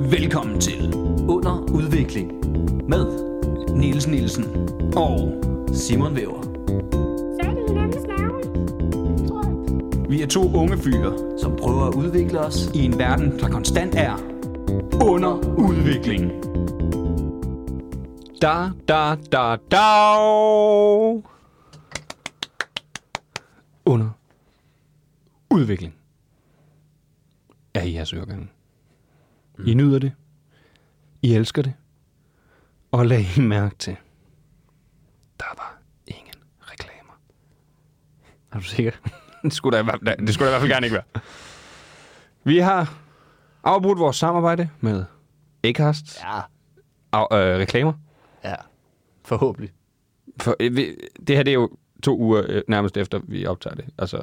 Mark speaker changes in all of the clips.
Speaker 1: Velkommen til
Speaker 2: Under udvikling med
Speaker 1: Niels Nielsen og
Speaker 2: Simon Væver,
Speaker 3: Sagde de hinandens navne? Tror jeg.
Speaker 1: vi er to unge fyre
Speaker 2: som prøver at udvikle os.
Speaker 1: i en verden, der konstant er under udvikling. Da, da, da, da. Under udvikling er i jeres øregange. I nyder det. I elsker det. Og lag I mærke til, der var ingen reklamer. Er du sikker? det, skulle der, i hvert fald- det skulle der i hvert fald gerne ikke være. Vi har afbrudt vores samarbejde med Acast
Speaker 4: Ja,
Speaker 1: af, øh, reklamer.
Speaker 4: ja. Forhåbentlig.
Speaker 1: For, øh, vi, det her det er jo to uger øh, nærmest efter, vi optager det. Altså,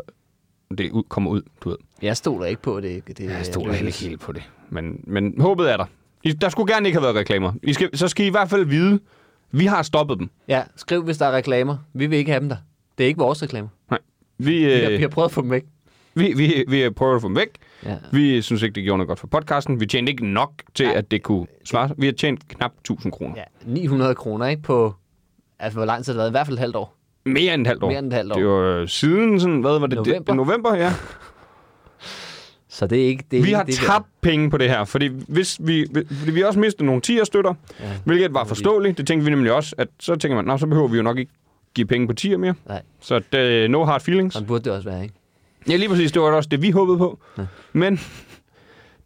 Speaker 1: det ud, kommer ud, du ved.
Speaker 4: Jeg stoler ikke på at det. ikke- det
Speaker 1: Jeg stoler heller ikke helt på det. Men, men håbet er der. I, der skulle gerne ikke have været reklamer. I skal, så skal I i hvert fald vide, vi har stoppet dem.
Speaker 4: Ja, skriv, hvis der er reklamer. Vi vil ikke have dem der. Det er ikke vores reklamer.
Speaker 1: Nej. Vi,
Speaker 4: Vi har, vi
Speaker 1: øh,
Speaker 4: har prøvet at få dem væk.
Speaker 1: vi, vi, vi prøver at få dem væk.
Speaker 4: Ja.
Speaker 1: Vi synes ikke, det gjorde noget godt for podcasten. Vi tjente ikke nok til, at det kunne svare sig. Vi har tjent knap 1000 kroner.
Speaker 4: ja, 900 kroner, ikke? På, altså, hvor lang tid har det været? I hvert fald et halvt år.
Speaker 1: Mere end et halvt år.
Speaker 4: Mere end et halvt år.
Speaker 1: Det var øh, siden sådan, hvad var det? Det-
Speaker 4: November. november,
Speaker 1: ja.
Speaker 4: Så det er ikke... Det er
Speaker 1: Vi
Speaker 4: ikke
Speaker 1: har
Speaker 4: det,
Speaker 1: tabt penge på det her, fordi, hvis vi, fordi vi også mistede nogle 10'er støtter, ja.
Speaker 4: Ja.
Speaker 1: hvilket var forståeligt. Det tænkte vi nemlig også, at så tænker man, nå, så behøver vi jo nok ikke give penge på 10'er mere.
Speaker 4: Nej,
Speaker 1: Så det, no hard feelings.
Speaker 4: sådan burde det også være, ikke?
Speaker 1: Ja, lige præcis. Det var også det, vi håbede på. Ja. Men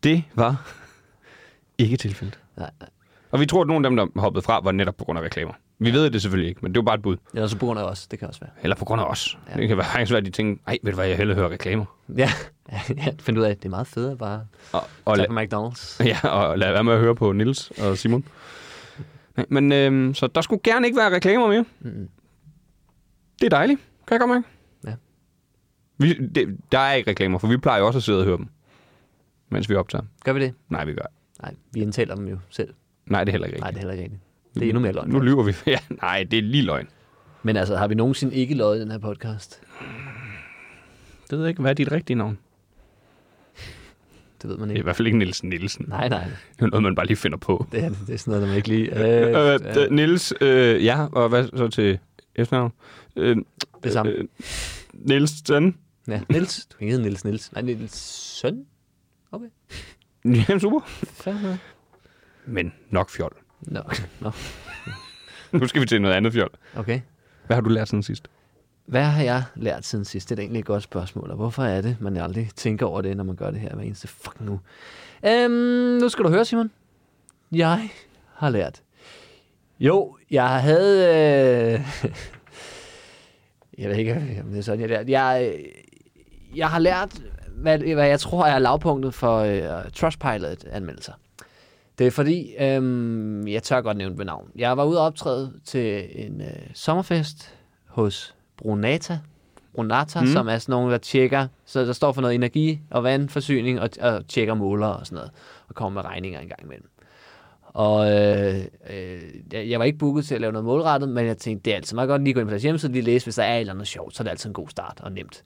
Speaker 1: det var ikke tilfældet.
Speaker 4: Nej, nej.
Speaker 1: Og vi tror, at nogle af dem, der hoppede fra, var netop på grund af reklamer. Vi ved det selvfølgelig ikke, men det var bare et bud.
Speaker 4: Eller så bruger også. Det kan også være.
Speaker 1: Eller på grund af os. Ja.
Speaker 4: Ja.
Speaker 1: Det kan være- faktisk være, at de tænkte, nej, ved du hvad, jeg hellere hører reklamer.
Speaker 4: Ja, jeg fandt ud af, at det er meget federe bare
Speaker 1: Og,
Speaker 4: at
Speaker 1: og,
Speaker 4: tage
Speaker 1: la-
Speaker 4: på McDonald's.
Speaker 1: Ja, og lad være med at høre på Nils og Simon. Nej, Men øhm, så der skulle gerne ikke være reklamer mere. Mm. Det er dejligt. Kan jeg godt mærke?
Speaker 4: Ja.
Speaker 1: Vi, det, der er ikke reklamer, for vi plejer jo også at sidde og høre dem, mens vi optager.
Speaker 4: Gør vi det?
Speaker 1: Nej, vi gør. ikke.
Speaker 4: Nej, vi indtaler dem jo selv.
Speaker 1: Nej, det er heller ikke
Speaker 4: Nej, det
Speaker 1: rigtigt.
Speaker 4: er heller ikke rigtigt. Det er endnu mere løgn.
Speaker 1: Nu lyver vi. Ja, nej, det er lige løgn.
Speaker 4: Men altså, har vi nogensinde ikke løjet i den her podcast?
Speaker 1: Det ved jeg ikke, hvad er dit rigtige navn?
Speaker 4: Det ved man
Speaker 1: Det er i
Speaker 4: ikke.
Speaker 1: hvert fald ikke Nielsen Nielsen.
Speaker 4: Nej, nej.
Speaker 1: Det er noget, man bare lige finder på.
Speaker 4: Det er, det er sådan noget, der man ikke lige...
Speaker 1: Øh,
Speaker 4: Øh,
Speaker 1: øh, Niels, øh, ja, og hvad så til efternavn? Øh,
Speaker 4: det samme.
Speaker 1: øh, Nielsen.
Speaker 4: Ja, Niels. Du hedder Niels Niels. Nej, Niels Søn. Okay.
Speaker 1: Jamen, super.
Speaker 4: Fair nok.
Speaker 1: Men nok fjol.
Speaker 4: Nå, nå.
Speaker 1: Nu skal vi til noget andet fjol.
Speaker 4: Okay.
Speaker 1: Hvad har du lært siden sidst?
Speaker 4: Hvad har jeg lært siden sidst? Det er da egentlig et godt spørgsmål, og hvorfor er det, man aldrig tænker over det, når man gør det her hver eneste fuck nu? Øhm, nu skal du høre, Simon. Jeg har lært. Jo, jeg havde... Øh... jeg ved ikke, om det er sådan, jeg har lært. Jeg, jeg har lært, hvad, hvad jeg tror er lavpunktet for øh, Trustpilot-anmeldelser. Det er fordi, øhm, jeg tør godt nævne ved navn. Jeg var ude og optræde til en øh, sommerfest hos Brunata. Brunata, mm. som er sådan nogen, der tjekker, så der står for noget energi og vandforsyning, og, og tjekker måler og sådan noget, og kommer med regninger en gang imellem. Og øh, øh, jeg jeg var ikke booket til at lave noget målrettet, men jeg tænkte, det er altid meget godt lige at gå ind på deres hjemmeside og lige læse, hvis der er et eller andet sjovt, så er det altid en god start og nemt.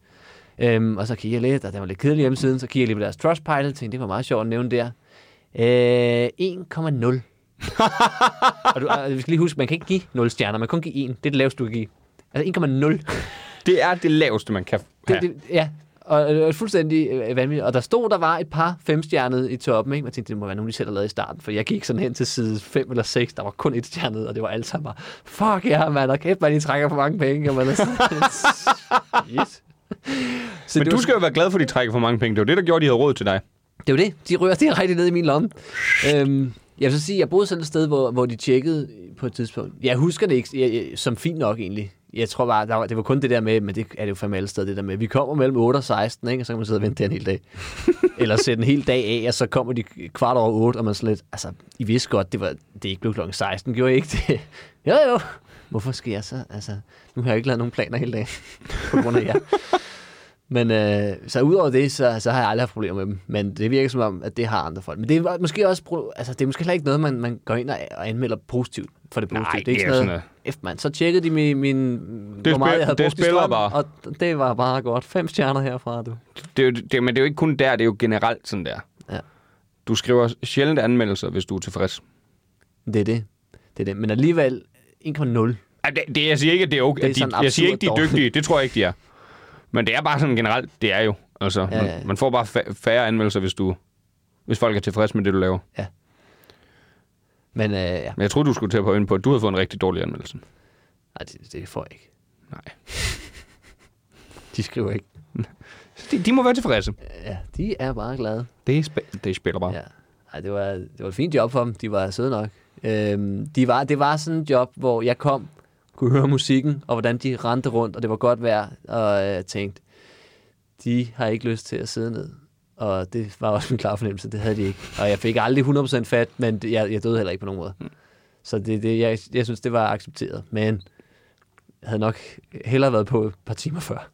Speaker 4: Øhm, og så kigger jeg lidt, og den var lidt kedelig hjemmesiden, så kigger jeg lige på deres Trustpilot, tænkte, det var meget sjovt at nævne der. Øh, 1,0. og du, øh, vi skal lige huske, man kan ikke give 0 stjerner, man kan kun give 1. Det er det laveste, du kan give. Altså 1,0.
Speaker 1: Det er det laveste, man kan have.
Speaker 4: Det, det, ja, og det var fuldstændig øh, vanvittigt. Og der stod, der var et par femstjernede i toppen. Ikke? Man tænkte, det må være nogen, de selv har lavet i starten. For jeg gik sådan hen til side 5 eller 6, der var kun et stjernet, og det var alt sammen bare, fuck ja, yeah, mand, og kæft, man, I trækker for mange penge. Og man er sådan, yes. Så
Speaker 1: Men
Speaker 4: det
Speaker 1: du
Speaker 4: var
Speaker 1: skal jo være glad for, at de trækker for mange penge. Det var det, der gjorde, at de havde råd til dig.
Speaker 4: det er jo det. De rører direkte ned i min lomme. Øhm, jeg vil så sige, jeg boede sådan et sted, hvor, hvor de tjekkede på et tidspunkt. Jeg husker det ikke jeg, jeg, som fint nok egentlig. Jeg tror bare, der var, det var kun det der med, men det er det jo fandme alle steder, det der med, vi kommer mellem 8 og 16, ikke? og så kan man sidde og vente der en hel dag. Eller sætte en hel dag af, og så kommer de kvart over 8, og man slet, altså, I vidste godt, det, var, det ikke blev klokken 16, gjorde I ikke det? jo, jo. Hvorfor skal jeg så? Altså, nu har jeg ikke lavet nogen planer hele dagen, på grund af jer. Men øh, så udover det, så, så har jeg aldrig haft problemer med dem. Men det virker som om, at det har andre folk. Men det er måske også, pro- altså, det er måske heller ikke noget, man, man går ind og, og anmelder positivt for det positive.
Speaker 1: Nej,
Speaker 4: det er ikke
Speaker 1: det er
Speaker 4: sådan
Speaker 1: sådan
Speaker 4: noget, F, mand. Så tjekkede de min, min hvor
Speaker 1: spil-
Speaker 4: meget jeg havde
Speaker 1: det
Speaker 4: brugt i
Speaker 1: spiller
Speaker 4: strøm,
Speaker 1: bare.
Speaker 4: og det var bare godt. Fem stjerner herfra, du.
Speaker 1: Det er jo, det, men det er jo ikke kun der, det er jo generelt sådan der.
Speaker 4: Ja.
Speaker 1: Du skriver sjældent anmeldelser, hvis du er tilfreds.
Speaker 4: Det er det. Det er det. Men alligevel 1,0.
Speaker 1: Ej, Det, det, jeg siger ikke, at det er okay.
Speaker 4: Det er
Speaker 1: at de,
Speaker 4: sådan
Speaker 1: jeg siger
Speaker 4: absurd
Speaker 1: ikke, de er
Speaker 4: dårligt.
Speaker 1: dygtige. Det tror jeg ikke, de er. Men det er bare sådan generelt, det er jo. Altså, ja,
Speaker 4: ja,
Speaker 1: ja.
Speaker 4: ja.
Speaker 1: Man, man får bare fa- færre anmeldelser, hvis, du, hvis folk er tilfredse med det, du laver.
Speaker 4: Men øh, ja,
Speaker 1: Men jeg troede, du skulle til at ind på, at du havde fået en rigtig dårlig anmeldelse.
Speaker 4: Nej, det, det får jeg ikke.
Speaker 1: Nej.
Speaker 4: De skriver ikke.
Speaker 1: Så de, de må være tilfredse.
Speaker 4: Ja, de er meget glade.
Speaker 1: Det er, sp- det er spiller bare. Ja.
Speaker 4: Ja. Ej, det, var, det var et fint job for dem. De var søde nok. Øhm, de var, det var sådan et job, hvor jeg kom, kunne høre musikken, og hvordan de rendte rundt, og det var godt vejr, og jeg øh, tænkte, de har ikke lyst til at sidde ned. Og det var også min klare fornemmelse, det havde de ikke. Og jeg fik aldrig 100% fat, men det- jeg, jeg døde heller ikke på nogen måde. Så det, det, jeg, jeg synes, det var accepteret. Men jeg havde nok hellere været på et par timer før.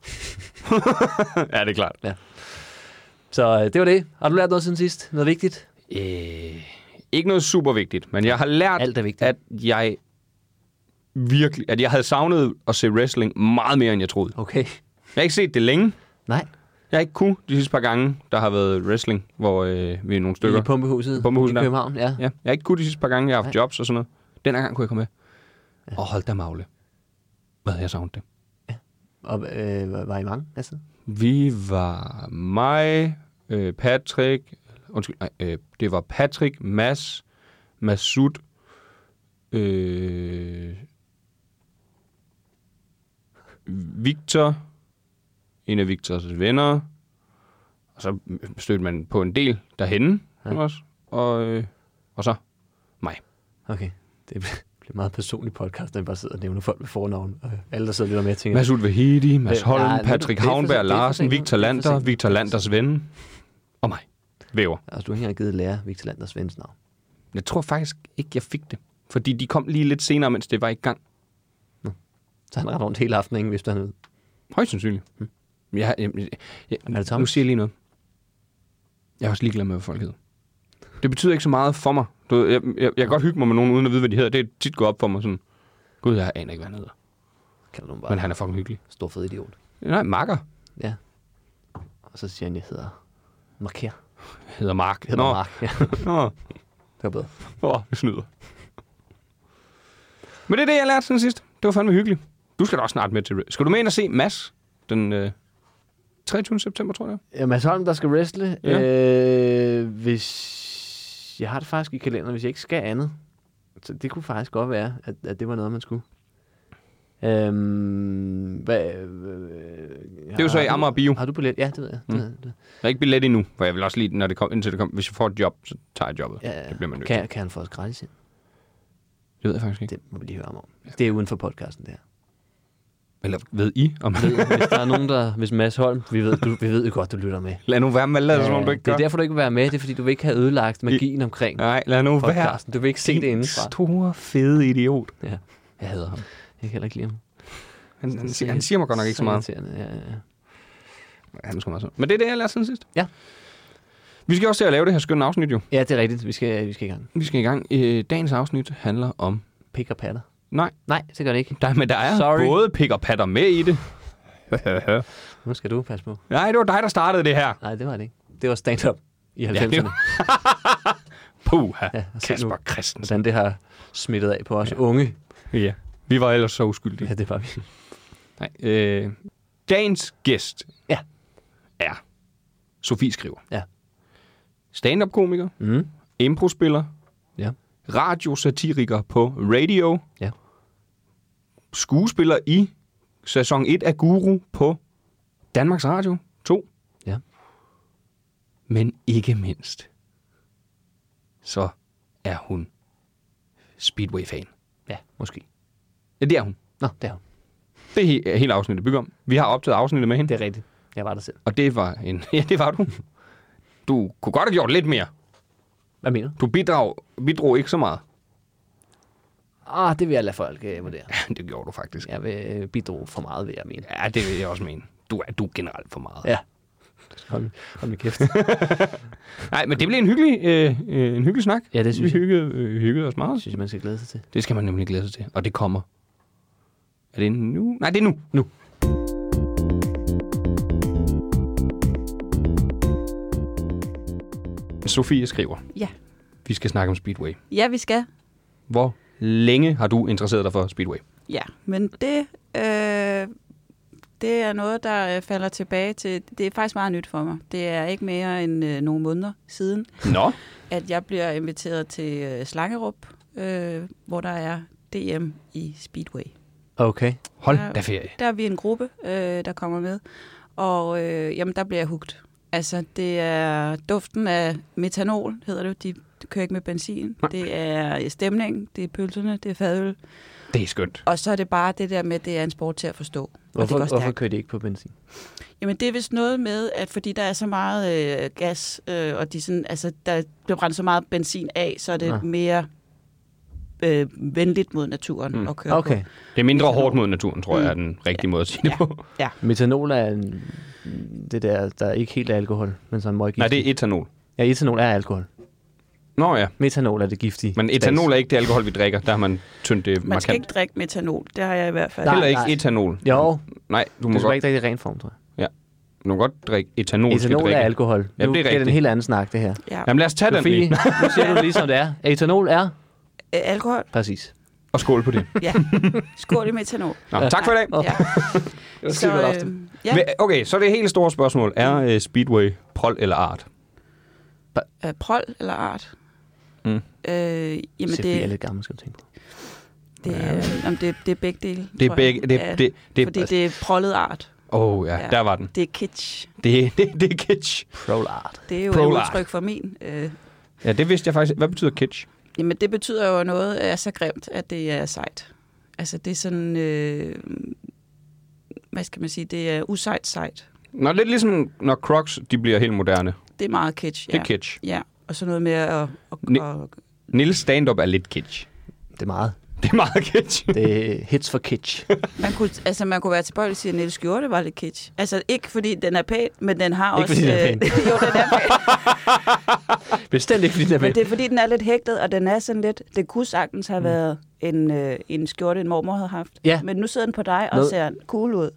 Speaker 1: ja, det er klart.
Speaker 4: Så øh, det var det. Har du lært noget siden sidst? Noget vigtigt?
Speaker 1: Øh, ikke noget super vigtigt, men jeg har lært,
Speaker 4: Alt er vigtigt.
Speaker 1: at jeg virkelig, at jeg havde savnet at se wrestling meget mere, end jeg troede.
Speaker 4: Okay.
Speaker 1: Jeg har ikke set det længe.
Speaker 4: Nej.
Speaker 1: Jeg har ikke kunne de sidste par gange, der har været wrestling, hvor øh, vi er nogle stykker.
Speaker 4: I pumpehuset,
Speaker 1: I pumpehuset,
Speaker 4: i
Speaker 1: der.
Speaker 4: København, ja.
Speaker 1: Ja, jeg har ikke kunne de sidste par gange, jeg har haft
Speaker 4: Nej.
Speaker 1: jobs og sådan noget. Den her gang kunne jeg komme med. Og hold da magle. Hvad havde jeg savnet det?
Speaker 4: Og øh, var I mange altså?
Speaker 1: Vi var mig, øh, Patrick, undskyld, nej, øh, det var Patrick, Mads, Masud, øh, Victor, en af Victors venner, og så stødte man på en del derhenne ja.
Speaker 4: Ja.
Speaker 1: også, og, øh, og så mig.
Speaker 4: Okay, det ble- blev meget personlig podcast, når jeg bare sidder og nævner folk med fornavn. Og alle, der sidder lidt med, jeg tænker,
Speaker 1: Mads Vahedi, Mads
Speaker 4: Øh,
Speaker 1: Holm,
Speaker 4: nej, nu-
Speaker 1: Patrick
Speaker 4: det er for
Speaker 1: Havnberg
Speaker 4: sent, det er for
Speaker 1: Larsen,
Speaker 4: sent nu,
Speaker 1: Victor
Speaker 4: det er for
Speaker 1: Lander,
Speaker 4: sent.
Speaker 1: Victor Landers ven, og mig. Væver.
Speaker 4: altså, du har ikke engang givet lærer Victor Landers vens navn.
Speaker 1: Jeg tror faktisk ikke, jeg fik det. Fordi de kom lige lidt senere, mens det var i gang.
Speaker 4: Så han ret rundt hele aftenen, ingen vidste, hvad han hed.
Speaker 1: Højst sandsynligt. Hmm. Jeg, jeg, jeg, jeg,
Speaker 4: det
Speaker 1: nu
Speaker 4: Thomas?
Speaker 1: siger jeg lige noget. Jeg er også ligeglad med, hvad folk hedder. Det betyder ikke så meget for mig. Du, ved, jeg, jeg, jeg kan godt hygge mig med nogen, uden at vide, hvad de hedder. Det er tit gået op for mig sådan. Gud, jeg aner ikke, hvad han hedder.
Speaker 4: Kalder nogen bare
Speaker 1: Men han er fucking hyggelig.
Speaker 4: stor fed idiot.
Speaker 1: Nej, Marker
Speaker 4: Ja. Og så siger han, jeg hedder Marker.
Speaker 1: hedder Mark.
Speaker 4: Jeg hedder Nå. Mark. Ja,
Speaker 1: Nå.
Speaker 4: det var bedre.
Speaker 1: Åh, det snyder. Men det er det, jeg lærte siden sidst. Det var fandme hyggeligt. Du skal da også snart med til... Skal du med ind og se Mads den øh, 23. september, tror jeg?
Speaker 4: Ja, Mads Holm, der skal wrestle.
Speaker 1: Ja.
Speaker 4: Ja. Øh, hvis... Jeg har det faktisk i kalenderen, hvis jeg ikke skal andet. Så det kunne faktisk godt være, at, at det var noget, man skulle. Øhm, hvad, øh,
Speaker 1: Det er jo så i Amager Bio. Mm.
Speaker 4: Har du billet? Ja, det ved jeg. Det ved jeg, det ved
Speaker 1: Jeg har ikke billet endnu, for jeg vil også lige, når det kom, indtil det kom, hvis jeg får et job, så tager jeg jobbet.
Speaker 4: jeg. Ja, ja.
Speaker 1: Det bliver man nødt til.
Speaker 4: kan, kan han få os gratis ind?
Speaker 1: Det ved jeg faktisk ikke.
Speaker 4: Det må vi lige høre om. Det er uden for podcasten, det her.
Speaker 1: Eller ved I? Om...
Speaker 4: Hvis der er nogen, der... Hvis Mads Holm... Vi ved, du, vi ved jo godt, du lytter med.
Speaker 1: lad nu være med, lad som om du ikke
Speaker 4: det
Speaker 1: gør.
Speaker 4: er derfor, du ikke vil være med. Det er, fordi du vil ikke have ødelagt magien omkring
Speaker 1: Nej, lad nu være.
Speaker 4: podcasten. Du vil ikke se det
Speaker 1: Din
Speaker 4: indenfra.
Speaker 1: store, fede idiot.
Speaker 4: Ja,
Speaker 1: Jeg hader ham.
Speaker 4: jeg kan heller ikke lide ham.
Speaker 1: Han, han, siger, han siger mig godt nok ikke så meget.
Speaker 4: irriterende, Ja, ja, ja.
Speaker 1: Han er sgu meget sød. Men det er det, jeg lærte siden sidst.
Speaker 4: Ja.
Speaker 1: Vi skal også til at lave det her skønne afsnit, jo.
Speaker 4: ja, det er rigtigt. Vi skal, vi skal i gang.
Speaker 1: Vi skal i gang. Øh, dagens afsnit handler om...
Speaker 4: Pik og patter.
Speaker 1: Nej,
Speaker 4: Nej, det gør det ikke.
Speaker 1: der, men der er
Speaker 4: Sorry.
Speaker 1: både pik og patter med i det.
Speaker 4: Nu skal du passe på.
Speaker 1: Nej, det var dig, der startede det her.
Speaker 4: Nej, det var det ikke. Det var stand-up i 90'erne.
Speaker 1: det
Speaker 4: Ja,
Speaker 1: var- Puha. Ja,
Speaker 4: og se nu.
Speaker 1: Kasper Christensen.
Speaker 4: Hvordan det har smittet af på os ja. unge.
Speaker 1: Ja. Vi var ellers så uskyldige.
Speaker 4: Ja, det var vi.
Speaker 1: Nej. Øh, dagens gæst
Speaker 4: Ja.
Speaker 1: er Sofie Skriver.
Speaker 4: Ja.
Speaker 1: Stand-up-komiker,
Speaker 4: Mm.
Speaker 1: improspiller,
Speaker 4: Ja.
Speaker 1: radiosatiriker på radio,
Speaker 4: Ja.
Speaker 1: skuespiller i sæson 1 af Guru på Danmarks Radio 2.
Speaker 4: Ja.
Speaker 1: Men ikke mindst, så er hun Speedway-fan.
Speaker 4: Ja, måske.
Speaker 1: Ja, det er hun.
Speaker 4: Nå, det er hun.
Speaker 1: Det er he- hele afsnittet bygger om. Vi har optaget afsnittet med hende.
Speaker 4: Det er rigtigt. Jeg var der selv.
Speaker 1: Og det var en... Ja, det var du. Du kunne godt have gjort lidt mere.
Speaker 4: Hvad mener du?
Speaker 1: Du bidrag, bidrog ikke så meget.
Speaker 4: Ah, det vil jeg lade folk øh, vurdere.
Speaker 1: Ja, det gjorde du faktisk.
Speaker 4: Jeg vil øh, bidrog for meget, vil jeg mene.
Speaker 1: Ja, det vil jeg også mene. Du er, du er generelt for meget. Ja.
Speaker 4: Ja. Hold, hold min kæft.
Speaker 1: Nej, men det blev en hyggelig, øh, øh, en hyggelig snak.
Speaker 4: Ja, det synes
Speaker 1: Vi
Speaker 4: jeg.
Speaker 1: hyggede, øh, hyggede os
Speaker 4: Det
Speaker 1: meget.
Speaker 4: synes jeg, man skal glæde sig til.
Speaker 1: Det skal man nemlig glæde sig til. Og det kommer. Er det nu? Nej, det er nu. Nu. Sofie skriver,
Speaker 5: Ja.
Speaker 1: vi skal snakke om Speedway.
Speaker 5: Ja, vi skal.
Speaker 1: Hvor længe har du interesseret dig for Speedway?
Speaker 5: Ja, men det, øh, det er noget, der øh, falder tilbage til... Det er faktisk meget nyt for mig. Det er ikke mere end øh, nogle måneder siden,
Speaker 1: Nå,
Speaker 5: at jeg bliver inviteret til øh, Slangerup, øh, hvor der er DM i Speedway.
Speaker 4: Okay.
Speaker 1: hold
Speaker 5: Ja.
Speaker 1: da ferie.
Speaker 5: Der er vi en gruppe, øh, der kommer med, og øh, jamen, der bliver jeg hugt. Altså, det er duften af metanol, hedder det. jo. De kører ikke med benzin. Det er stemningen, det er pølserne, det er fadøl.
Speaker 1: Det er skønt.
Speaker 5: Og så er det bare det der med, at det er en sport til at forstå. Og
Speaker 4: Hvorfor,
Speaker 5: det går stærkt.
Speaker 4: hvorfor kører de ikke på benzin?
Speaker 5: Jamen det er vist noget med, at fordi der er så meget øh, gas, øh, og de sådan, altså, der bliver brændt så meget benzin af, så er det
Speaker 4: Ja.
Speaker 5: ja. mere øh, venligt mod naturen mm. at køre
Speaker 4: Okay.
Speaker 5: på.
Speaker 1: Det er mindre hårdt mod naturen, tror jeg, er den rigtige måde at sige det
Speaker 5: Ja.
Speaker 1: på.
Speaker 4: Metanol er en, det der, der ikke helt er alkohol, men som er
Speaker 1: Nej, det er etanol.
Speaker 4: Ja, etanol er alkohol.
Speaker 1: Nå ja,
Speaker 4: Metanol er det giftige.
Speaker 1: men etanol er ikke det alkohol, vi drikker. Der har man tyndt det
Speaker 5: Man skal
Speaker 1: markant.
Speaker 5: ikke drikke metanol, det har jeg i hvert fald.
Speaker 4: Nej,
Speaker 1: Heller ikke
Speaker 4: nej.
Speaker 1: etanol.
Speaker 4: Jo,
Speaker 1: Nej, du må,
Speaker 4: du skal
Speaker 1: godt,
Speaker 4: ikke drikke i ren form, tror jeg.
Speaker 1: du må godt drikke etanol. skal
Speaker 4: Etanol
Speaker 1: drikke.
Speaker 4: er alkohol. Nu
Speaker 1: Ja, det er
Speaker 4: bliver en
Speaker 1: rigtigt.
Speaker 4: helt anden snak, det her.
Speaker 5: Ja.
Speaker 1: Jamen lad os tage den
Speaker 4: Sofie,
Speaker 1: lige.
Speaker 4: nu siger du det lige, som det er. Etanol er?
Speaker 5: Æ, Øh, alkohol,
Speaker 4: Præcis.
Speaker 1: Og skål på det.
Speaker 5: ja. Skål i metanol.
Speaker 1: Nå, tak for i dag.
Speaker 5: Ja.
Speaker 4: siger du ofte.
Speaker 5: øh, ja, Mm.
Speaker 1: Hva- Okay, så det helt store spørgsmål. Er øh, Speedway prol eller art?
Speaker 5: øh, prol eller art?
Speaker 1: Mm.
Speaker 5: Øh, jamen
Speaker 4: Sofie er
Speaker 5: det,
Speaker 4: lidt gammel, skal du tænke på.
Speaker 5: det, øh, jamen det, det er begge dele.
Speaker 1: Det
Speaker 5: tror
Speaker 1: er begge...
Speaker 5: jeg.
Speaker 1: Det,
Speaker 5: Ja,
Speaker 1: det, det,
Speaker 5: fordi
Speaker 1: det,
Speaker 5: det er prollet art.
Speaker 1: Åh oh, ja,
Speaker 5: Ja.
Speaker 1: der var den.
Speaker 5: Det er kitsch.
Speaker 1: Det, det, det er kitsch.
Speaker 4: Prolart.
Speaker 5: Det er jo
Speaker 1: Prol
Speaker 5: et
Speaker 1: art.
Speaker 5: udtryk for min øh,
Speaker 1: Ja, det vidste jeg faktisk. Hvad betyder kitsch?
Speaker 5: Jamen, det betyder jo at noget er så grimt, at det er sejt. Altså, det er sådan... Øh, hvad skal man sige? Det er usejt sejt.
Speaker 1: Nå, lidt ligesom, når Crocs de bliver helt moderne.
Speaker 5: Det er meget kitsch,
Speaker 1: Det
Speaker 5: ja.
Speaker 1: er kitsch.
Speaker 5: Ja, og så noget med at... at,
Speaker 1: Ne-
Speaker 5: at
Speaker 1: Nils stand-up er lidt kitsch.
Speaker 4: Det er meget.
Speaker 1: Det er meget kitsch.
Speaker 4: Det er hits for kitsch.
Speaker 5: man, kunne, altså, man kunne være tilbøjelig til at sige, at Niels Skjorte var lidt kitsch. Altså, ikke fordi den er pæn, men den har
Speaker 4: Ikke
Speaker 5: også... øh,
Speaker 4: fordi den er pæn.
Speaker 5: jo, den er pæn.
Speaker 4: Bestemt ikke, fordi det er
Speaker 5: men det er fordi, den er lidt hægtet, og den er sådan lidt... Det kunne sagtens have været en, øh, en skjorte, en mormor havde haft.
Speaker 4: Mm. Ja.
Speaker 5: Men nu sidder den på dig og
Speaker 4: Noget-
Speaker 5: ser cool ud.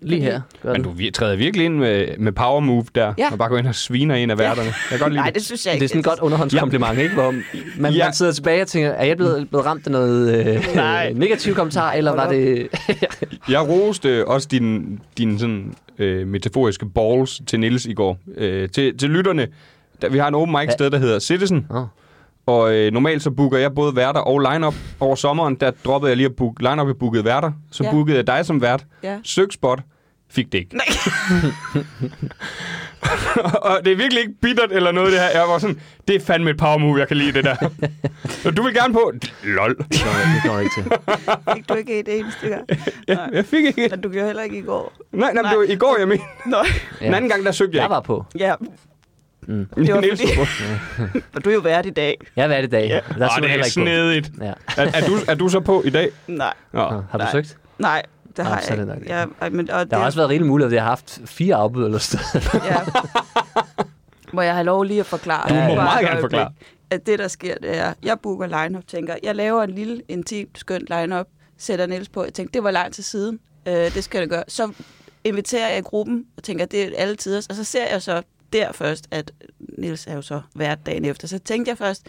Speaker 4: Lige her. Gør
Speaker 1: Men
Speaker 4: den.
Speaker 1: du vir- træder virkelig ind med, med power move der,
Speaker 5: Ja.
Speaker 1: og bare går ind og sviner en af værterne. Jeg kan godt lide
Speaker 5: Nej,
Speaker 1: det.
Speaker 5: det synes jeg ikke.
Speaker 4: Det er sådan et godt underhåndskompliment, ikke? Hvor man,
Speaker 1: Ja.
Speaker 4: man sidder tilbage og tænker, er jeg blevet, blevet ramt af noget øh,
Speaker 1: Nej.
Speaker 4: negativ kommentar, eller var det...
Speaker 1: Jeg roste også din, din sådan, øh, metaforiske balls til Nils i går. Øh, til, til lytterne, der, vi har en open mic sted, der hedder Citizen.
Speaker 4: Nå.
Speaker 1: Og øh, normalt så booker jeg både værter og line-up. Over sommeren, der droppede jeg lige at book line-up, jeg bookede værter. Så
Speaker 5: Ja.
Speaker 1: bookede jeg dig som vært.
Speaker 5: Ja.
Speaker 1: Søg spot. Fik det ikke. Nej. og det er virkelig ikke bittert eller noget, det her. Jeg var sådan, det er fandme et power move, jeg kan lide det der. og du vil gerne på? Lol.
Speaker 4: Det kommer jeg- det kommer jeg ikke til.
Speaker 5: Fik du ikke et eneste gang? Nej.
Speaker 1: Jeg fik ikke.
Speaker 5: Men du gjorde heller ikke i går.
Speaker 1: Nej, nej, nej. det var i går, jeg mener.
Speaker 5: Nå.
Speaker 1: Ja. Den anden gang, der søgte jeg
Speaker 4: Jeg
Speaker 1: ikke.
Speaker 4: var på.
Speaker 5: Ja,
Speaker 4: Mm.
Speaker 5: det var fordi, og du er jo vært i dag.
Speaker 4: Jeg var det i dag. Ja. Der
Speaker 1: Der
Speaker 4: så
Speaker 1: Arh,
Speaker 4: du
Speaker 1: det
Speaker 4: heller
Speaker 1: er
Speaker 4: ikke på.
Speaker 1: snedigt.
Speaker 4: Ja.
Speaker 1: Er, er, du, er du så på i dag?
Speaker 5: Nej,
Speaker 1: Nå.
Speaker 4: Nå, har du
Speaker 5: Nej.
Speaker 4: søgt?
Speaker 5: nej, det har
Speaker 4: Ah, så er
Speaker 5: jeg
Speaker 4: det
Speaker 5: ikke.
Speaker 4: nok ikke.
Speaker 5: Ja, ej, men, og
Speaker 4: Der har også været rigtig muligt, at jeg har haft fire afbud eller sådan
Speaker 5: Ja. Må jeg have lov lige at forklare?
Speaker 1: Du må
Speaker 5: Bare et
Speaker 1: meget gerne
Speaker 5: øjeblik.
Speaker 1: forklare.
Speaker 5: At det, der sker, det er, jeg booker line-up, tænker, jeg laver en lille, intimt, skønt line-up, sætter Niels på, jeg tænker, det var lang tid siden, øh, det skal jeg da gøre. Så inviterer jeg gruppen, og tænker, det er alle tiders, og så ser jeg så der først, at Niels er jo så hvert dagen efter, så tænkte jeg først,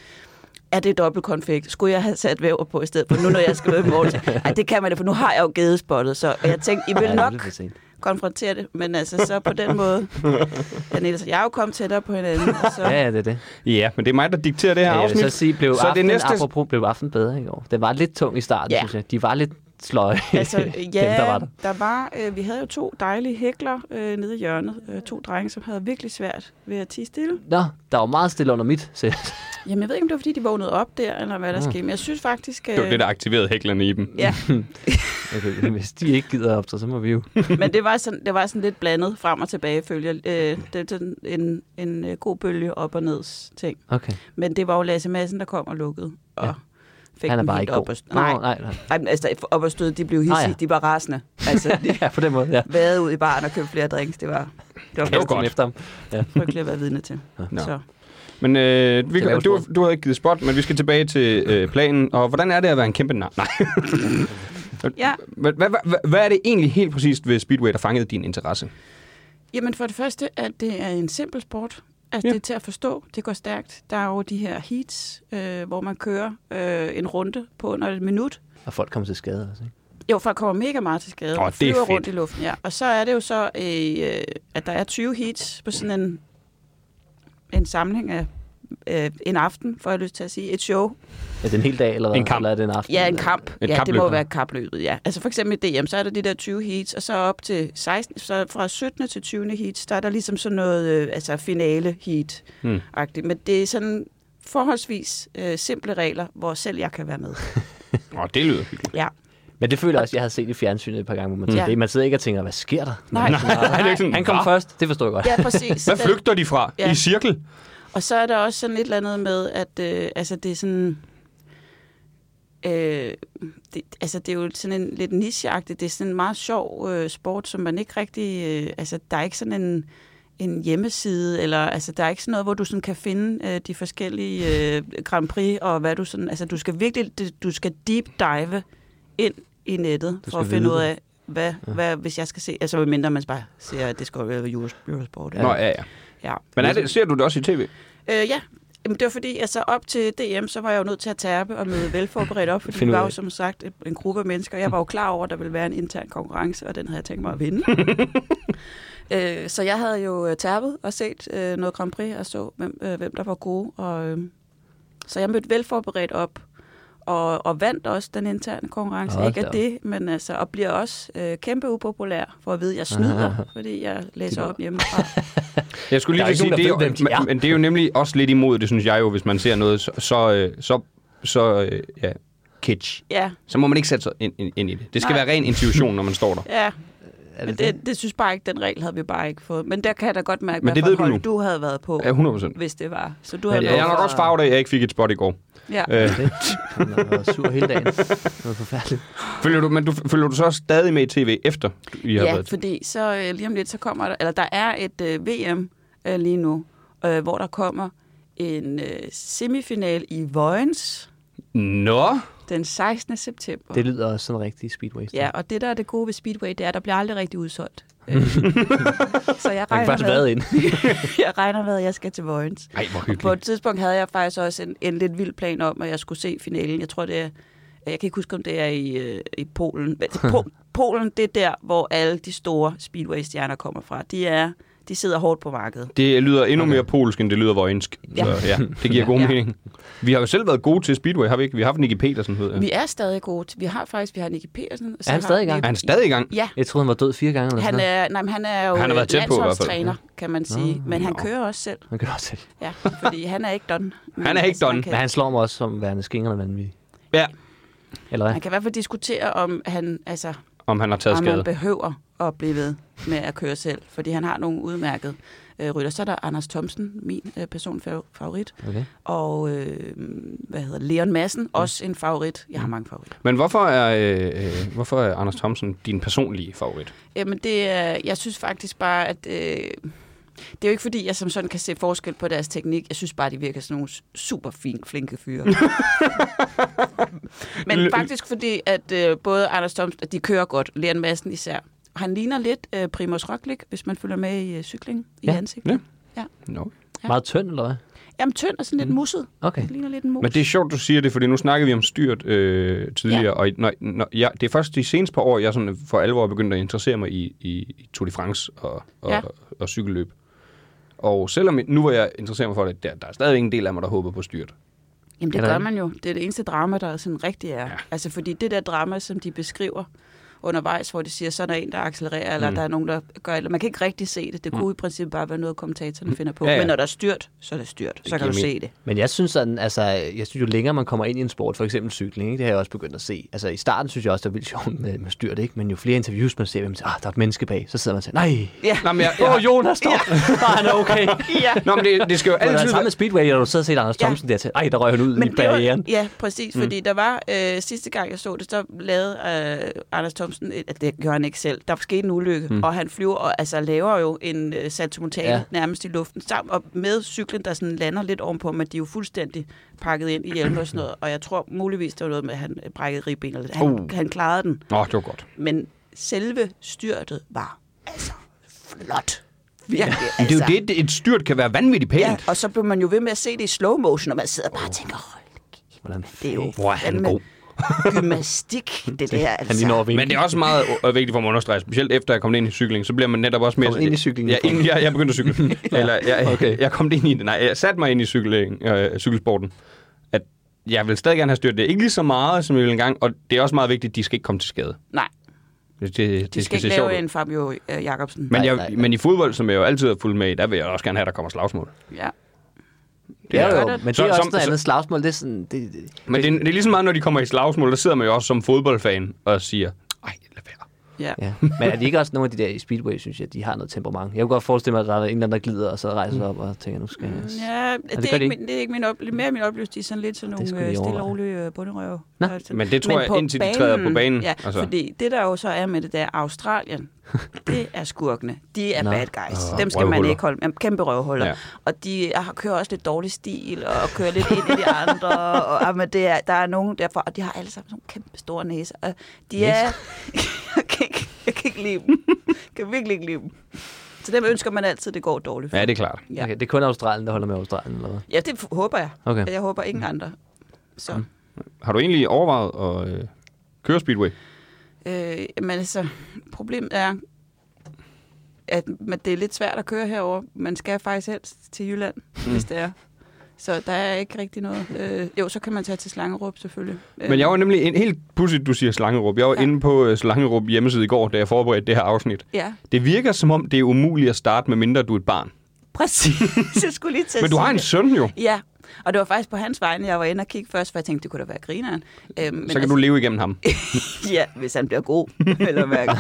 Speaker 5: er det dobbeltkonfekt? Skulle jeg have sat væver på i stedet for nu, når jeg skal med i morgen? Ej, det kan man da, for nu har jeg jo gedespottet, så og jeg tænkte,
Speaker 4: Ja,
Speaker 5: I
Speaker 4: det
Speaker 5: vil
Speaker 4: er
Speaker 5: nok
Speaker 4: lidt for sent.
Speaker 5: konfrontere det, men altså så på den måde. Ja, Niels og jeg er jo kommet tættere på hinanden, og så...
Speaker 4: Ja, ja, det er det.
Speaker 1: Ja, men det er mig, der dikterer det her
Speaker 4: Ja, jeg vil
Speaker 1: afsnit.
Speaker 4: så sige, blev
Speaker 1: Så det
Speaker 4: så aften,
Speaker 1: næste-
Speaker 4: næste... apropos, blev aften bedre i går. Den var lidt tung i starten,
Speaker 5: Ja.
Speaker 4: synes jeg. De var lidt sløje,
Speaker 5: Altså, ja,
Speaker 4: dem der var der.
Speaker 5: der var, øh, vi havde jo to dejlige hækler øh, nede i hjørnet. Øh, to drenge, som havde virkelig svært ved at tige stille.
Speaker 4: Nå, der var meget stille under mit sæt.
Speaker 5: Jamen, jeg ved ikke, om det var, fordi de vågnede op der, eller hvad
Speaker 4: Mm.
Speaker 5: der skete. Men jeg synes faktisk... Øh,
Speaker 1: Det var det, der aktiverede hæklerne i dem.
Speaker 5: Ja,
Speaker 4: Okay, hvis de ikke gider op, så, så må vi jo...
Speaker 5: men det var, sådan, det var sådan lidt blandet frem og tilbage, følger. Øh, det er sådan en, en øh, god bølge op og neds ting.
Speaker 4: Okay,
Speaker 5: Men det var jo Lasse Madsen, der kom og lukkede. Og ja. fik
Speaker 4: han er
Speaker 5: den
Speaker 4: bare
Speaker 5: helt
Speaker 4: ikke
Speaker 5: op
Speaker 4: god.
Speaker 5: og st- nej,
Speaker 4: Nå, nej, nej.
Speaker 5: Ej, men altså, op og stød, de blev hissige,
Speaker 4: Ah, ja.
Speaker 5: ah, ja. de var rasende. Altså, de
Speaker 4: Ja, på den måde, ja.
Speaker 5: vade ud i baren og købte flere drinks, det var, det var
Speaker 1: Det var
Speaker 5: faktisk
Speaker 1: godt.
Speaker 4: Efter ham.
Speaker 5: frygteligt at være vidne til.
Speaker 1: Nå.
Speaker 5: Så.
Speaker 1: Men øh, vi,
Speaker 4: Det er
Speaker 1: du,
Speaker 4: lavt
Speaker 1: du havde ikke givet spot, men vi skal tilbage til øh, planen. Og hvordan er det at være en kæmpe nar? Nej.
Speaker 5: Ja,
Speaker 1: Hvad, hvad, hvad, hvad er det egentlig helt præcist ved Speedway, der fangede din interesse?
Speaker 5: jamen for det første, at det er en simpel sport. Altså,
Speaker 1: Ja.
Speaker 5: ja. det er til at forstå. Det går stærkt. Der er jo de her heats, øh, hvor man kører øh, en runde på under et minut.
Speaker 4: Og folk kommer til skade også, ikke?
Speaker 5: Jo, folk kommer mega meget til skade.
Speaker 1: Åh,
Speaker 5: og
Speaker 1: det er
Speaker 5: flyver
Speaker 1: fedt.
Speaker 5: rundt i luften, ja. Og så er det jo så, øh, øh, at der er 20 heats på sådan en, en samling af øh, en aften, får jeg lyst til at sige. Et show.
Speaker 4: Er det en hel dag, eller hvad?
Speaker 1: En kamp.
Speaker 4: Eller er det en aften?
Speaker 5: Ja, en kamp.
Speaker 1: Et
Speaker 5: ja, det må
Speaker 1: kapløb.
Speaker 5: være kapløbet, ja. Altså for eksempel i DM, så er der de der 20 heats, og så op til 16, så fra 17. til 20. heats, der er der ligesom sådan noget, øh, altså finale heat
Speaker 1: Mm.
Speaker 5: -agtigt. Men det er sådan forholdsvis øh, simple regler, hvor selv jeg kan være med.
Speaker 1: Åh, det lyder hyggeligt.
Speaker 5: Ja.
Speaker 4: Men det føler jeg også, jeg har set i fjernsynet et par gange, hvor man,
Speaker 5: Mm.
Speaker 4: tænker,
Speaker 5: Ja.
Speaker 4: man sidder ikke og tænker, hvad sker der?
Speaker 5: Nej.
Speaker 4: Man er sådan,
Speaker 1: Nej, det er ikke sådan,
Speaker 4: Han kom
Speaker 1: "Hva?"
Speaker 4: først, det forstår jeg godt.
Speaker 5: Ja, præcis.
Speaker 1: Hvad
Speaker 5: Den-
Speaker 1: flygter de fra?
Speaker 5: Ja.
Speaker 1: I cirkel?
Speaker 5: Og så er der også sådan et eller andet med, at øh, altså, det er sådan... Øh, det, altså, det er jo sådan en lidt nicheagtig, det er sådan en meget sjov øh, sport, som man ikke rigtig... Øh, altså, der er ikke sådan en, en hjemmeside, eller altså, der er ikke sådan noget, hvor du sådan kan finde øh, de forskellige øh, Grand Prix, og hvad du sådan... Altså, du skal virkelig... Du skal deep dive ind i nettet, for
Speaker 4: skal
Speaker 5: at finde
Speaker 4: vide
Speaker 5: ud
Speaker 4: det.
Speaker 5: af, hvad, ja. hvad, hvis jeg skal se... Altså, mindre man bare ser, at det skal være Euros- Eurosport.
Speaker 1: Nå,
Speaker 5: eller-
Speaker 1: ja, ja.
Speaker 5: ja.
Speaker 1: Men er det, ser du det også i tv?
Speaker 5: Øh, ja, Jamen, det var fordi, altså op til DM, så var jeg jo nødt til at tabe og møde velforberedt op, fordi
Speaker 4: Finde
Speaker 5: vi
Speaker 4: ud
Speaker 5: var
Speaker 4: af.
Speaker 5: jo som sagt et- en gruppe af mennesker, og jeg var jo klar over, at der ville være en intern konkurrence, og den havde jeg tænkt mig at vinde. øh, så jeg havde jo øh, tabet og set øh, noget Grand Prix og så, hvem, øh, hvem der var gode. Og, øh, så jeg mødte velforberedt op, og, og vandt også den interne konkurrence.
Speaker 4: Hold
Speaker 5: Ikke af
Speaker 4: da op.
Speaker 5: det, men altså, og bliver også øh, kæmpe upopulær for at vide, at jeg snyder, fordi jeg læser op hjemmefra.
Speaker 1: Jeg skulle
Speaker 4: Der er
Speaker 1: lige
Speaker 4: ikke
Speaker 1: sige,
Speaker 4: nogen,
Speaker 1: det
Speaker 4: der
Speaker 1: er,
Speaker 4: ved, hvem de
Speaker 1: jo-
Speaker 4: er.
Speaker 1: men, men det er jo nemlig også lidt imod det, synes jeg jo, hvis man ser noget så, så, øh, så, så øh, ja, kitsch.
Speaker 5: Ja,
Speaker 1: Så må man ikke sætte sig ind, ind, ind i det. Det skal
Speaker 5: Nej.
Speaker 1: være ren intuition, når man står der.
Speaker 5: ja.
Speaker 4: Er
Speaker 5: Men
Speaker 4: det det?
Speaker 5: det, det synes bare ikke, den regel havde vi bare ikke fået. Men der kan jeg da godt mærke,
Speaker 1: Men det
Speaker 5: hvad
Speaker 1: ved
Speaker 5: for et
Speaker 1: du
Speaker 5: hold
Speaker 1: nu.
Speaker 5: du havde været på,
Speaker 1: Ja, 100 procent.
Speaker 5: hvis det var. Så du
Speaker 4: Ja,
Speaker 5: havde
Speaker 1: Jeg er nok også farvet af, at jeg ikke fik et spot i går.
Speaker 5: Ja.
Speaker 1: Øh,
Speaker 4: det? Han har været sur hele dagen. Det var forfærdeligt.
Speaker 1: følger du, men du, følger du så stadig med i tv efter, du- I har
Speaker 5: ja,
Speaker 1: været til?
Speaker 5: fordi så øh, lige om lidt, så kommer der, eller der er et øh, VM øh, lige nu, øh, hvor der kommer en øh, semifinal i Vojens
Speaker 1: Nå,
Speaker 5: den 16. september.
Speaker 4: Det lyder også som en rigtig speedway.
Speaker 5: Ja, og det der er det gode ved Speedway, det er, at der bliver aldrig rigtig udsolgt. Øh, så jeg
Speaker 4: Han kan
Speaker 5: regner,
Speaker 4: faktisk været
Speaker 5: med,
Speaker 4: ind.
Speaker 5: jeg regner med, at jeg skal til Vojens.
Speaker 1: ej, hvor
Speaker 5: På
Speaker 1: hyggeligt.
Speaker 5: et tidspunkt havde jeg faktisk også en, en lidt vild plan om, at jeg skulle se finalen. Jeg tror, det er... Jeg kan ikke huske, om det er i, øh, i Polen. Men Po- Polen, det er der, hvor alle de store Speedway-stjerner kommer fra. De, er, de sidder hårdt på markedet.
Speaker 1: Det lyder endnu mere polsk, end det lyder vojensk.
Speaker 5: Ja.
Speaker 1: Så, ja, det giver god
Speaker 5: Ja.
Speaker 1: mening. Vi har jo selv været gode til Speedway, har vi ikke? Vi har haft Nicky Petersen, hedder han.
Speaker 5: Vi er stadig gode. til- Vi har faktisk vi har Nicky Petersen. og så
Speaker 4: Er han
Speaker 5: har
Speaker 4: stadig i
Speaker 5: vi-
Speaker 4: gang?
Speaker 1: Er han stadig i gang?
Speaker 5: Ja,
Speaker 4: Jeg troede, han var død fire gange eller
Speaker 5: han
Speaker 4: sådan
Speaker 5: er, nej, men han er jo
Speaker 1: Han har været tæt på i hvert fald.
Speaker 5: landsholdstræner, kan man sige. men han kører også selv.
Speaker 4: noget. Man kan også selv.
Speaker 5: Ja, fordi han er ikke done. Men altså,
Speaker 1: Han er ikke
Speaker 5: man
Speaker 1: done.
Speaker 5: kan-
Speaker 4: Men han slår mig også som værende skingerne vanvittig.
Speaker 1: Ja,
Speaker 4: Eller hvad?
Speaker 5: Man kan i hvert fald diskutere, om han, altså,
Speaker 1: om han har taget
Speaker 5: om man
Speaker 1: skade.
Speaker 5: behøver at blive ved med at køre selv, fordi han har nogle udmærkede øh, rytter. Så er der Anders Thomsen, min øh, personfavorit,
Speaker 4: Okay.
Speaker 5: og øh, hvad hedder Leon Madsen, også en favorit. Jeg har mange favoritter.
Speaker 1: Men hvorfor er, øh, øh, hvorfor er Anders Thomsen din personlige favorit?
Speaker 5: Jamen det er, jeg synes faktisk bare, at øh, det er jo ikke fordi, jeg som sådan kan se forskel på deres teknik. Jeg synes bare, de virker sådan nogle super fin, flinke fyre. Men faktisk fordi, at øh, både Anders Thomsen, at de kører godt, Leon Madsen især. Og han ligner lidt øh, Primoz Roglic, hvis man følger med i øh, cykling i
Speaker 4: Ja.
Speaker 5: ansigtet.
Speaker 1: Ja.
Speaker 5: Ja.
Speaker 1: No.
Speaker 5: Ja.
Speaker 4: Meget tynd, eller hvad?
Speaker 5: Jamen tynd og sådan lidt musset.
Speaker 4: Okay.
Speaker 5: Han ligner lidt en mus.
Speaker 1: Men det er sjovt, du siger det, fordi nu snakkede vi om styrt øh, tidligere, ja.
Speaker 5: Ja.
Speaker 1: og i- når, når, jeg, det er først de seneste par år, jeg sådan for alvor er begyndt at interessere mig i, i, i Tour de France og, og, ja.
Speaker 5: Ja.
Speaker 1: og, og cykelløb. Og selvom nu hvor jeg interesserer mig for det, der, der er stadig en del af mig, der håber på styrt.
Speaker 5: Jamen
Speaker 4: Er
Speaker 5: det
Speaker 4: der
Speaker 5: gør
Speaker 4: ikke?
Speaker 5: man jo. Det er det eneste drama, der sådan rigtig er. Ja. Altså fordi det der drama, som de beskriver undervejs, hvor de siger, så er der en, der accelererer, eller der er nogen, der gør, eller man kan ikke rigtig se det. Det kunne i princippet bare være noget, kommentatorerne finder på.
Speaker 1: Ja,
Speaker 5: Ja,
Speaker 1: ja.
Speaker 5: ja. Men når der er styrt, så er der styrt. så kan
Speaker 1: giver
Speaker 5: du se
Speaker 1: mening.
Speaker 5: det.
Speaker 4: Men jeg synes sådan, altså, jeg synes jo længere man kommer ind i en sport, for eksempel cykling, ikke? det har jeg også begyndt at se. Altså i starten synes jeg også, det var vildt sjovt med, med styrt, ikke? men jo flere interviews man ser, man siger, ah, der er et menneske bag, så sidder man og siger, nej,
Speaker 5: Ja.
Speaker 1: Nå, men, jeg,
Speaker 4: åh,
Speaker 1: jeg,
Speaker 4: oh, Jonas, stop, ja. han er okay.
Speaker 5: ja.
Speaker 1: nå, men det, det skal jo
Speaker 4: Men der er
Speaker 1: altid
Speaker 4: samme
Speaker 1: være...
Speaker 4: med Speedway, og du sidder og ser Anders
Speaker 5: Ja.
Speaker 4: Thomsen der til, ej, der røg han ud i
Speaker 5: det var-
Speaker 4: barrieren.
Speaker 5: Ja, præcis, mm. fordi der var øh, sidste gang, jeg så det, så lavede øh, Anders Thomsen, et- at det gjorde han ikke selv, der skete en ulykke, mm. og han flyver og altså, laver jo en øh, satumentale
Speaker 4: Ja.
Speaker 5: ja. nærmest i luften, sammen og med cyklen, der sådan lander lidt ovenpå, men de er jo fuldstændig pakket ind i hjelm og sådan noget, og jeg tror muligvis, det var noget med, at han øh, brækkede ribben, eller han,
Speaker 1: Uh.
Speaker 5: uh. han klarede den,
Speaker 4: Altså-
Speaker 1: Nå, det var godt.
Speaker 5: men selve styrtet var altså flot. Virkelig.
Speaker 1: Men det er jo det, det, et styrt kan være vanvittigt pænt.
Speaker 5: Ja, og så blev man jo ved med at se det i slow motion, og man sidder bare og tænker, hold kæft,
Speaker 4: Hvordan
Speaker 5: det er jo
Speaker 1: Hvor er han
Speaker 5: fandme
Speaker 1: god.
Speaker 5: gymnastik, det der altså.
Speaker 4: Han lige når at vinke.
Speaker 1: Men det er også meget øh, vigtigt for mig at understrege, specielt efter jeg kom ind i cykling, så bliver man netop også mere...
Speaker 4: Kom ind i cyklingen?
Speaker 1: Ja, inden jeg, jeg begyndte at cykle. Eller, jeg, okay. jeg kom ind i det. Nej, jeg satte mig ind i cykling, øh, cykelsporten. At jeg vil stadig gerne have styrt det. Ikke lige så meget, som jeg ville engang. Og det er også meget vigtigt, at de skal ikke komme til skade.
Speaker 5: Nej,
Speaker 1: Det, det,
Speaker 5: de
Speaker 1: det
Speaker 5: skal
Speaker 1: skal,
Speaker 5: ikke
Speaker 1: se sjovt
Speaker 5: lave
Speaker 1: ud.
Speaker 5: en Fabio øh, Jacobsen.
Speaker 1: Men, jeg,
Speaker 4: Nej, nej, nej.
Speaker 1: men i fodbold, som jeg jo altid har fulgt med i, der vil jeg også gerne have, at der kommer slagsmål.
Speaker 5: Ja.
Speaker 4: det er
Speaker 5: er
Speaker 4: jo,
Speaker 5: godt, at-
Speaker 4: men det
Speaker 1: Så-
Speaker 4: er også
Speaker 1: som-
Speaker 4: noget
Speaker 1: så-
Speaker 4: andet slagsmål. Det er sådan, det, det,
Speaker 1: Men det, det er ligesom meget, når de kommer i slagsmål, der sidder man jo også som fodboldfan og siger, ej, lad være.
Speaker 5: Ja.
Speaker 4: Ja. Men er det ikke også nogle af de der i Speedway, synes jeg, de har noget temperament? Jeg kunne godt forestille mig, at der er en eller anden, der glider, og så rejser sig op og tænker, nu skal jeg...
Speaker 5: Mm. Ja, det,
Speaker 4: gør
Speaker 5: det, er
Speaker 4: de
Speaker 5: ikke,
Speaker 4: ikke.
Speaker 5: min, det er ikke min oplevelse. Mere min oplevelse, de er sådan lidt sådan
Speaker 4: Det skulle
Speaker 5: nogle
Speaker 4: de
Speaker 5: øh, stille og
Speaker 4: overveje.
Speaker 5: rolige øh, bunderøve.
Speaker 4: Nå,
Speaker 5: Der er sådan-
Speaker 1: men det tror jeg,
Speaker 5: på
Speaker 1: indtil de træder på banen,
Speaker 5: Ja,
Speaker 1: altså.
Speaker 5: altså. fordi det der jo så er med det der Australien, det er skurkene. De er
Speaker 4: Nå.
Speaker 5: Nå. bad guys.
Speaker 1: Åh,
Speaker 5: Dem skal man
Speaker 1: røvhuller.
Speaker 5: ikke holde. Jamen, kæmpe røvhuller.
Speaker 1: Ja.
Speaker 5: Ja. Og de har, kører også lidt dårlig stil, og kører lidt ind i de andre. Og, og men det er, der er nogen derfor, og de har alle sammen sådan nogle kæmpe store næser. Og de er... jeg, kan ikke, jeg kan ikke lide dem. Jeg kan virkelig ikke lide dem. Så dem ønsker man altid, det går dårligt for.
Speaker 1: Ja, det er klart.
Speaker 5: Ja.
Speaker 4: Okay, det er kun Australien, der holder med Australien, eller hvad?
Speaker 5: Ja, det f- håber jeg.
Speaker 4: Okay.
Speaker 5: Jeg håber ingen
Speaker 1: Mm.
Speaker 5: andre. Så,
Speaker 1: Har du egentlig overvejet at øh, køre Speedway?
Speaker 5: øh, men altså, problemet er, at man- det er lidt svært at køre herover. Man skal faktisk helst til Jylland, mm. hvis det er. Så der er ikke rigtig noget. Øh, jo, så kan man tage til Slangerup selvfølgelig. Øh,
Speaker 1: Men jeg var nemlig en helt pudsigt, du siger Slangerup. Jeg var ja.
Speaker 5: Ja.
Speaker 1: inde på øh, Slangerup hjemmeside i går, da jeg forberedte det her afsnit.
Speaker 5: Øh, Ja,
Speaker 1: Det virker som om, det er umuligt at starte, med mindre du er et barn.
Speaker 5: præcis. jeg skulle lige til at
Speaker 1: Men du
Speaker 5: sige
Speaker 1: har en
Speaker 5: det.
Speaker 1: søn jo.
Speaker 5: Ja, og det var faktisk på hans vegne, jeg var inde og kigge først, for jeg tænkte, det kunne da være grineren. Øh, men
Speaker 1: Så kan du leve igennem ham.
Speaker 5: Ja, hvis han bliver god, eller mærke.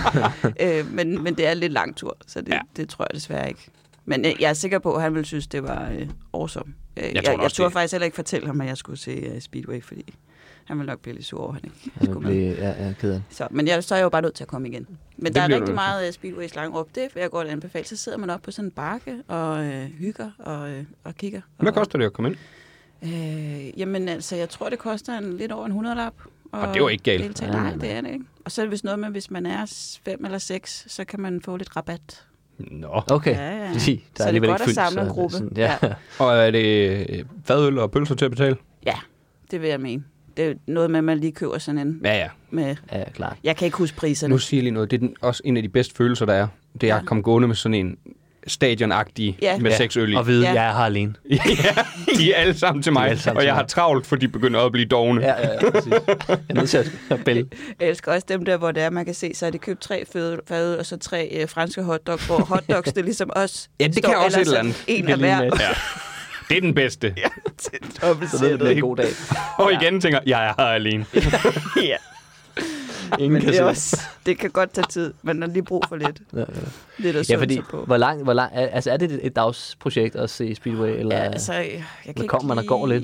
Speaker 5: øh, men, men det er en lidt lang tur, så det, ja. det tror jeg desværre ikke. Men øh, jeg er sikker på, at han ville synes, det var øh, awesome. Øh, jeg,
Speaker 1: tror
Speaker 5: jeg,
Speaker 1: da
Speaker 5: jeg,
Speaker 1: også,
Speaker 5: turde
Speaker 1: det-
Speaker 5: faktisk heller ikke fortælle ham, at jeg skulle se øh, Speedway, fordi han ville nok blive lidt sur over, at han ikke
Speaker 4: Han
Speaker 5: skulle
Speaker 4: vil
Speaker 5: med.
Speaker 4: blive, ja, ja, ked af det.
Speaker 5: Så, men jeg, så er jeg jo bare nødt til at komme igen. Men
Speaker 1: Det
Speaker 5: der er
Speaker 1: bliver du
Speaker 5: rigtig
Speaker 1: nødt
Speaker 5: meget øh, Speedway i Slangerup, det vil jeg godt anbefale. Så sidder man op på sådan en bakke og øh, hygger og, øh, og kigger.
Speaker 1: Hvad
Speaker 5: og,
Speaker 1: koster det at komme ind?
Speaker 5: Øh, jamen altså, jeg tror, det koster en, lidt over en 100 lap.
Speaker 1: Og det var ikke galt.
Speaker 5: Deltage.
Speaker 4: Nej,
Speaker 5: Nej,
Speaker 4: nej, nej.
Speaker 5: det er det ikke. Og så er det vist noget med, hvis man er s- fem eller seks, så kan man få lidt rabat.
Speaker 1: Nå.
Speaker 4: Okay,
Speaker 5: Ja, ja.
Speaker 4: Fordi
Speaker 5: Så det er
Speaker 4: alligevel
Speaker 5: godt
Speaker 4: ikke
Speaker 5: at samle en
Speaker 4: så-
Speaker 5: gruppe.
Speaker 4: Sådan, ja.
Speaker 5: Ja.
Speaker 1: Og er det øh, fadøl og pølser til at betale?
Speaker 5: Ja, det vil jeg mene. Det er noget med, at man lige køber sådan en
Speaker 1: Ja, ja.
Speaker 5: med...
Speaker 4: ja, ja, klart.
Speaker 5: Jeg kan ikke huske priserne.
Speaker 1: Nu siger jeg lige noget. Det er den, også en af de bedste følelser, der er. Det er at komme gående med sådan en stadionagtig
Speaker 5: Ja.
Speaker 1: med
Speaker 5: Ja.
Speaker 1: seks øl i.
Speaker 4: Og vide,
Speaker 5: Ja.
Speaker 4: ja. jeg er her alene.
Speaker 1: ja, de er alle sammen til
Speaker 4: De er
Speaker 1: mig,
Speaker 4: alle sammen
Speaker 1: og
Speaker 4: til
Speaker 1: jeg
Speaker 4: mig.
Speaker 1: har travlt, for de begynder at blive dogne.
Speaker 4: Ja, ja, ja, præcis. Jeg er nødt til at- at bælge.
Speaker 5: Jeg elsker også dem der, hvor det er, man kan se, så er det købt tre fede- fadøl og så tre øh, franske hotdog, hvor hotdogs, det ligesom os.
Speaker 1: Ja, det
Speaker 5: står
Speaker 1: kan også et
Speaker 5: ellers
Speaker 1: eller andet.
Speaker 5: En
Speaker 4: Det er
Speaker 5: af
Speaker 4: lige
Speaker 5: hver.
Speaker 4: med.
Speaker 1: Ja. Det er den bedste. Ja.
Speaker 4: Så ved du, det er en god dag.
Speaker 1: Og igen tænker, jeg er her alene.
Speaker 5: ja.
Speaker 1: Ingen
Speaker 5: Men
Speaker 1: kan
Speaker 5: det,
Speaker 1: se
Speaker 5: er
Speaker 1: det.
Speaker 5: også, det kan godt tage tid. Man har lige brug for lidt,
Speaker 4: Ja, ja.
Speaker 5: lidt at
Speaker 4: ja,
Speaker 5: sunde
Speaker 4: fordi,
Speaker 5: sig på.
Speaker 4: hvor lang, hvor lang, altså er det et dagsprojekt at se Speedway? Eller?
Speaker 5: Ja, altså, jeg kan
Speaker 4: Hvad
Speaker 5: ikke
Speaker 4: kommer der
Speaker 5: lige-
Speaker 4: går lidt?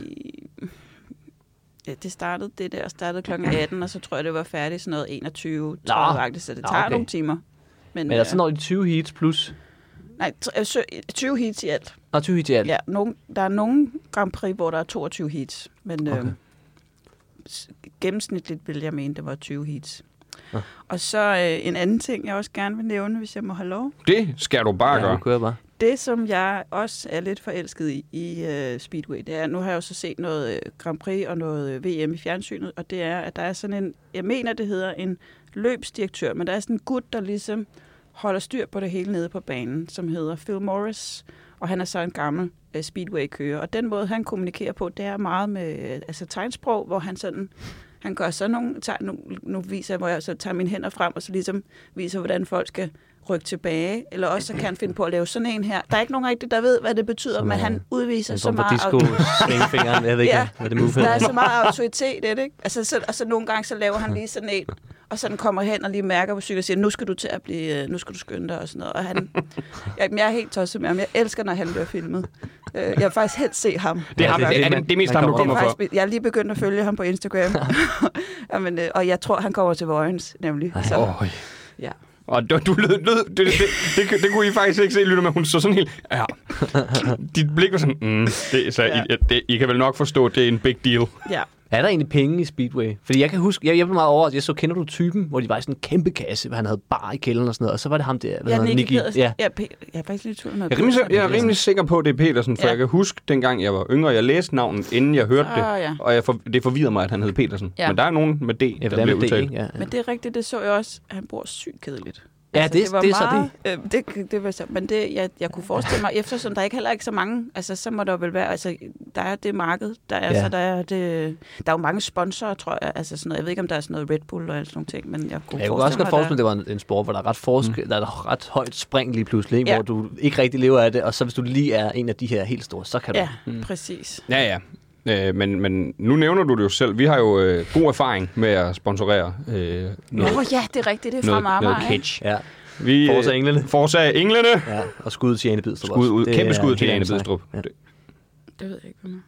Speaker 5: Ja, det startede det der, startede kl. 18, og så tror jeg, det var færdigt sådan noget 21, 30 så det
Speaker 4: Nå,
Speaker 5: tager
Speaker 4: okay.
Speaker 5: nogle timer.
Speaker 4: Men altså, er der
Speaker 5: øh,
Speaker 4: sådan noget 20 heats plus?
Speaker 5: Nej, tr- øh, sø- 20 heats i alt.
Speaker 4: Nå, 20 heats i alt.
Speaker 5: Ja, nogen, der er nogle Grand Prix, hvor der er 22 heats, men okay.
Speaker 4: Okay.
Speaker 5: øh, s- gennemsnitligt vil jeg mene, det var 20 heats. Og så øh, en anden ting, jeg også gerne vil nævne, hvis jeg må have lov.
Speaker 1: Det skal du bare
Speaker 4: Ja,
Speaker 1: gøre.
Speaker 4: du kører bare.
Speaker 5: Det, som jeg også er lidt forelsket i i uh, Speedway, det er, nu har jeg jo så set noget øh, Grand Prix og noget øh, VM i fjernsynet, og det er, at der er sådan en, jeg mener, det hedder en løbsdirektør, men der er sådan en gut, der ligesom holder styr på det hele nede på banen, som hedder Phil Morris, og han er så en gammel øh, Speedway-kører. Og den måde, han kommunikerer på, det er meget med øh, altså tegnsprog, hvor han sådan han gør så nogle, tager, nu, nu viser jeg, hvor jeg så tager mine hænder frem, og så ligesom viser, hvordan folk skal rykke tilbage. Eller også så kan han finde på at lave sådan en her. Der er ikke nogen rigtig, der ved, hvad det betyder,
Speaker 4: Sådan
Speaker 5: men
Speaker 4: noget-
Speaker 5: han udviser
Speaker 4: En
Speaker 5: så
Speaker 4: form for
Speaker 5: meget...
Speaker 4: disco, svinge fingeren, jeg ved ikke,
Speaker 5: Ja.
Speaker 4: hvad det move
Speaker 5: Der er
Speaker 4: hedder.
Speaker 5: så meget autoritet i det, ikke? Altså, så, og så nogle gange, så laver han lige sådan en, og så den kommer hen og lige mærker på cyklen og siger, nu skal du til at blive, øh, nu skal du skynde dig og sådan noget. Og han, jeg, jeg er helt tosset med ham. Jeg elsker, når han bliver filmet. Øh, Jeg vil faktisk helst se ham.
Speaker 1: Det, er,
Speaker 4: Ja,
Speaker 1: ham,
Speaker 4: det er
Speaker 1: det,
Speaker 4: det,
Speaker 1: er,
Speaker 4: man-
Speaker 1: det, det er mest
Speaker 4: man
Speaker 1: ham, du kommer
Speaker 4: kommer
Speaker 5: det
Speaker 1: for.
Speaker 5: er faktisk, jeg er lige begyndt at følge ham på Instagram. Jamen, øh, og jeg tror, han kommer til Vojens, nemlig. Så,
Speaker 1: Åh,
Speaker 5: ja.
Speaker 1: Og du, du lød, lød det, det, det, det, det, kunne I faktisk ikke se, lytter med. Hun så sådan helt, ja. Dit blik var sådan, mm, det, så ja.
Speaker 5: Ja.
Speaker 1: I, det, I kan vel nok forstå, at det er en big deal.
Speaker 5: ja.
Speaker 4: Er der egentlig penge i Speedway? Fordi jeg kan huske, jeg, jeg blev meget overrasket. Jeg så, kender du typen, hvor de var i sådan en kæmpe kasse, hvor han havde bar i kælderen og sådan noget. Og så var det ham der, hvad
Speaker 5: Ja,
Speaker 4: hedder han?
Speaker 5: Nicky Pedersen.
Speaker 4: Ja.
Speaker 5: Ja. Jeg, er pæ- jeg er faktisk lidt i tvivl.
Speaker 1: Jeg er, rimelig, sikker- jeg er rimelig sikker på, at det er Petersen, for ja.
Speaker 5: Ja.
Speaker 1: jeg kan huske, dengang jeg var yngre, jeg læste navnet, inden jeg hørte
Speaker 5: Ah,
Speaker 1: det,
Speaker 5: ja.
Speaker 1: og jeg for, det forvirrede mig, at han hed Petersen. Ja.
Speaker 5: Ja.
Speaker 1: Men der er nogen med D,
Speaker 4: Ja,
Speaker 1: ja, der
Speaker 4: for det er
Speaker 1: bliver
Speaker 4: med det,
Speaker 1: udtalt.
Speaker 4: ikke? Ja.
Speaker 5: Men det er rigtigt, det så jeg også. Han bor sygt kedeligt. Altså,
Speaker 4: Ja, det- det er så
Speaker 5: det. Øh, det, det var så, men det, jeg, jeg kunne forestille mig, eftersom der ikke heller ikke så mange, altså så må der vel være, altså der er det marked, der er,
Speaker 4: Ja.
Speaker 5: ja. så der er det, der er jo mange sponsorer, tror jeg, altså sådan noget, jeg ved ikke, om der er sådan noget Red Bull og alt sådan nogle ting, men jeg kunne,
Speaker 4: Jeg kunne også godt
Speaker 5: forestille
Speaker 4: forestille,
Speaker 5: mig,
Speaker 4: at det var en, en sport, hvor der er ret forskel, mm. der er et ret højt spring lige pludselig, ikke?
Speaker 5: Ja.
Speaker 4: hvor du ikke rigtig lever af det, og så hvis du lige er en af de her helt store, så kan du.
Speaker 5: der, ja, mm. præcis.
Speaker 1: Ja, ja. Øh, men, men nu nævner du det jo selv. Vi har jo øh, god erfaring med at sponsorere øh, noget,
Speaker 5: Nå,
Speaker 1: noget,
Speaker 5: ja, det er rigtigt, det er fra
Speaker 1: noget, noget
Speaker 5: Marmar, ikke?
Speaker 1: catch.
Speaker 4: ja.
Speaker 1: Vi, øh,
Speaker 4: Forza Englene.
Speaker 1: Forza Englene.
Speaker 4: ja. Og skud til Jane Bidstrup
Speaker 1: Skud
Speaker 4: også.
Speaker 1: ud,
Speaker 4: Det
Speaker 1: kæmpe
Speaker 4: er
Speaker 1: skud
Speaker 4: en
Speaker 1: til
Speaker 4: helt
Speaker 1: Jane
Speaker 4: anden sag.
Speaker 1: Bidstrup.
Speaker 4: Ja.
Speaker 5: Det ved jeg ikke, hvad man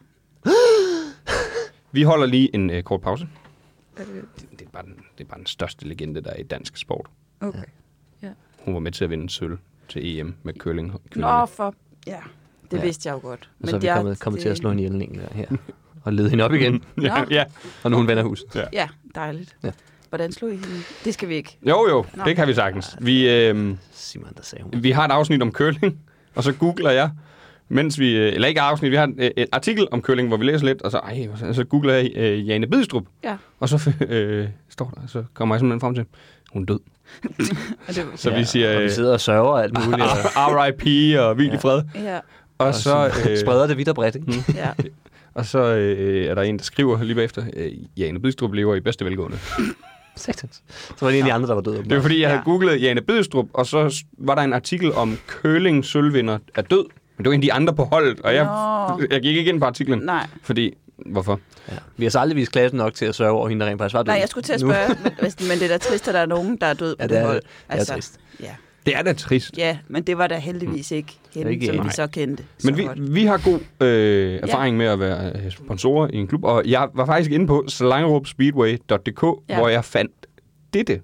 Speaker 1: Vi holder lige en øh, kort pause. Det, det, er bare den, det er bare den største legende, der er i dansk sport.
Speaker 5: Okay.
Speaker 1: Hun var med til at vinde sølv til EM med curling.
Speaker 5: Nå, for, ja, det
Speaker 4: Ja.
Speaker 5: ja. vidste jeg jo godt.
Speaker 4: Og så er vi
Speaker 5: jeg-
Speaker 4: kommet, kommet til at
Speaker 5: det-
Speaker 4: slå en ihjel en enkelt gang her, og lede hende op igen,
Speaker 1: ja,
Speaker 5: Nå.
Speaker 1: ja.
Speaker 4: og nu hun vender hus.
Speaker 5: Ja, dejligt.
Speaker 4: Ja.
Speaker 5: Ja. Hvordan slog I hende? Det skal vi ikke.
Speaker 1: Jo, jo,
Speaker 5: Nå.
Speaker 1: det kan vi sagtens. Vi, øh,
Speaker 4: Simon, der sagde hun.
Speaker 1: vi har et afsnit om curling, og så googler jeg, mens vi, øh, eller ikke et afsnit, vi har et, et artikel om curling, hvor vi læser lidt, og så, ej, så- så googler jeg øh, Jane Bidstrup,
Speaker 5: Ja,
Speaker 1: og så øh, står der, så kommer jeg simpelthen frem til, hun er død.
Speaker 5: og det var...
Speaker 1: Så ja, vi siger,
Speaker 4: og vi
Speaker 1: øh,
Speaker 4: sidder og sørger og alt muligt, og,
Speaker 1: RIP og hvil i fred.
Speaker 5: Ja,
Speaker 1: Og
Speaker 4: og så
Speaker 1: så,
Speaker 4: øh, Mm. spreder det vidt og bredt. Ikke?
Speaker 5: ja.
Speaker 1: og så øh, er der en, der skriver lige bagefter, øh, Jane Bidstrup lever i bedste velgående.
Speaker 4: Sektens. Så var det en af de andre, der var død.
Speaker 1: Det var fordi, jeg havde
Speaker 5: Ja.
Speaker 1: googlet Jane Bidstrup, og så s- var der en artikel om curling sølvvinder er død. Men det var en af de andre på holdet, og jeg,
Speaker 5: Nå.
Speaker 1: jeg gik ikke ind på artiklen.
Speaker 5: Nej.
Speaker 1: Fordi, hvorfor?
Speaker 4: ja. Vi har så aldrig vist klassen nok til at sørge over hende, der rent faktisk var død.
Speaker 5: Nej, jeg skulle til at
Speaker 4: Nu-
Speaker 5: spørge, men, men det er da trist, at der er nogen, der er død
Speaker 4: Ja,
Speaker 5: på ja,
Speaker 4: det
Speaker 5: det
Speaker 4: er-
Speaker 5: hold.
Speaker 4: det er trist.
Speaker 5: Ja.
Speaker 1: Det er da trist.
Speaker 5: ja, men det var da heldigvis ikke hende,
Speaker 4: Ikke
Speaker 5: ikke, som
Speaker 4: hende.
Speaker 5: vi så kendte.
Speaker 1: Men
Speaker 5: så
Speaker 1: vi, Mm.
Speaker 5: godt.
Speaker 1: vi har god øh, erfaring med at være øh, sponsorer i en klub, og jeg var faktisk inde på slangerupspeedway.dk,
Speaker 5: Ja.
Speaker 1: hvor jeg fandt dette.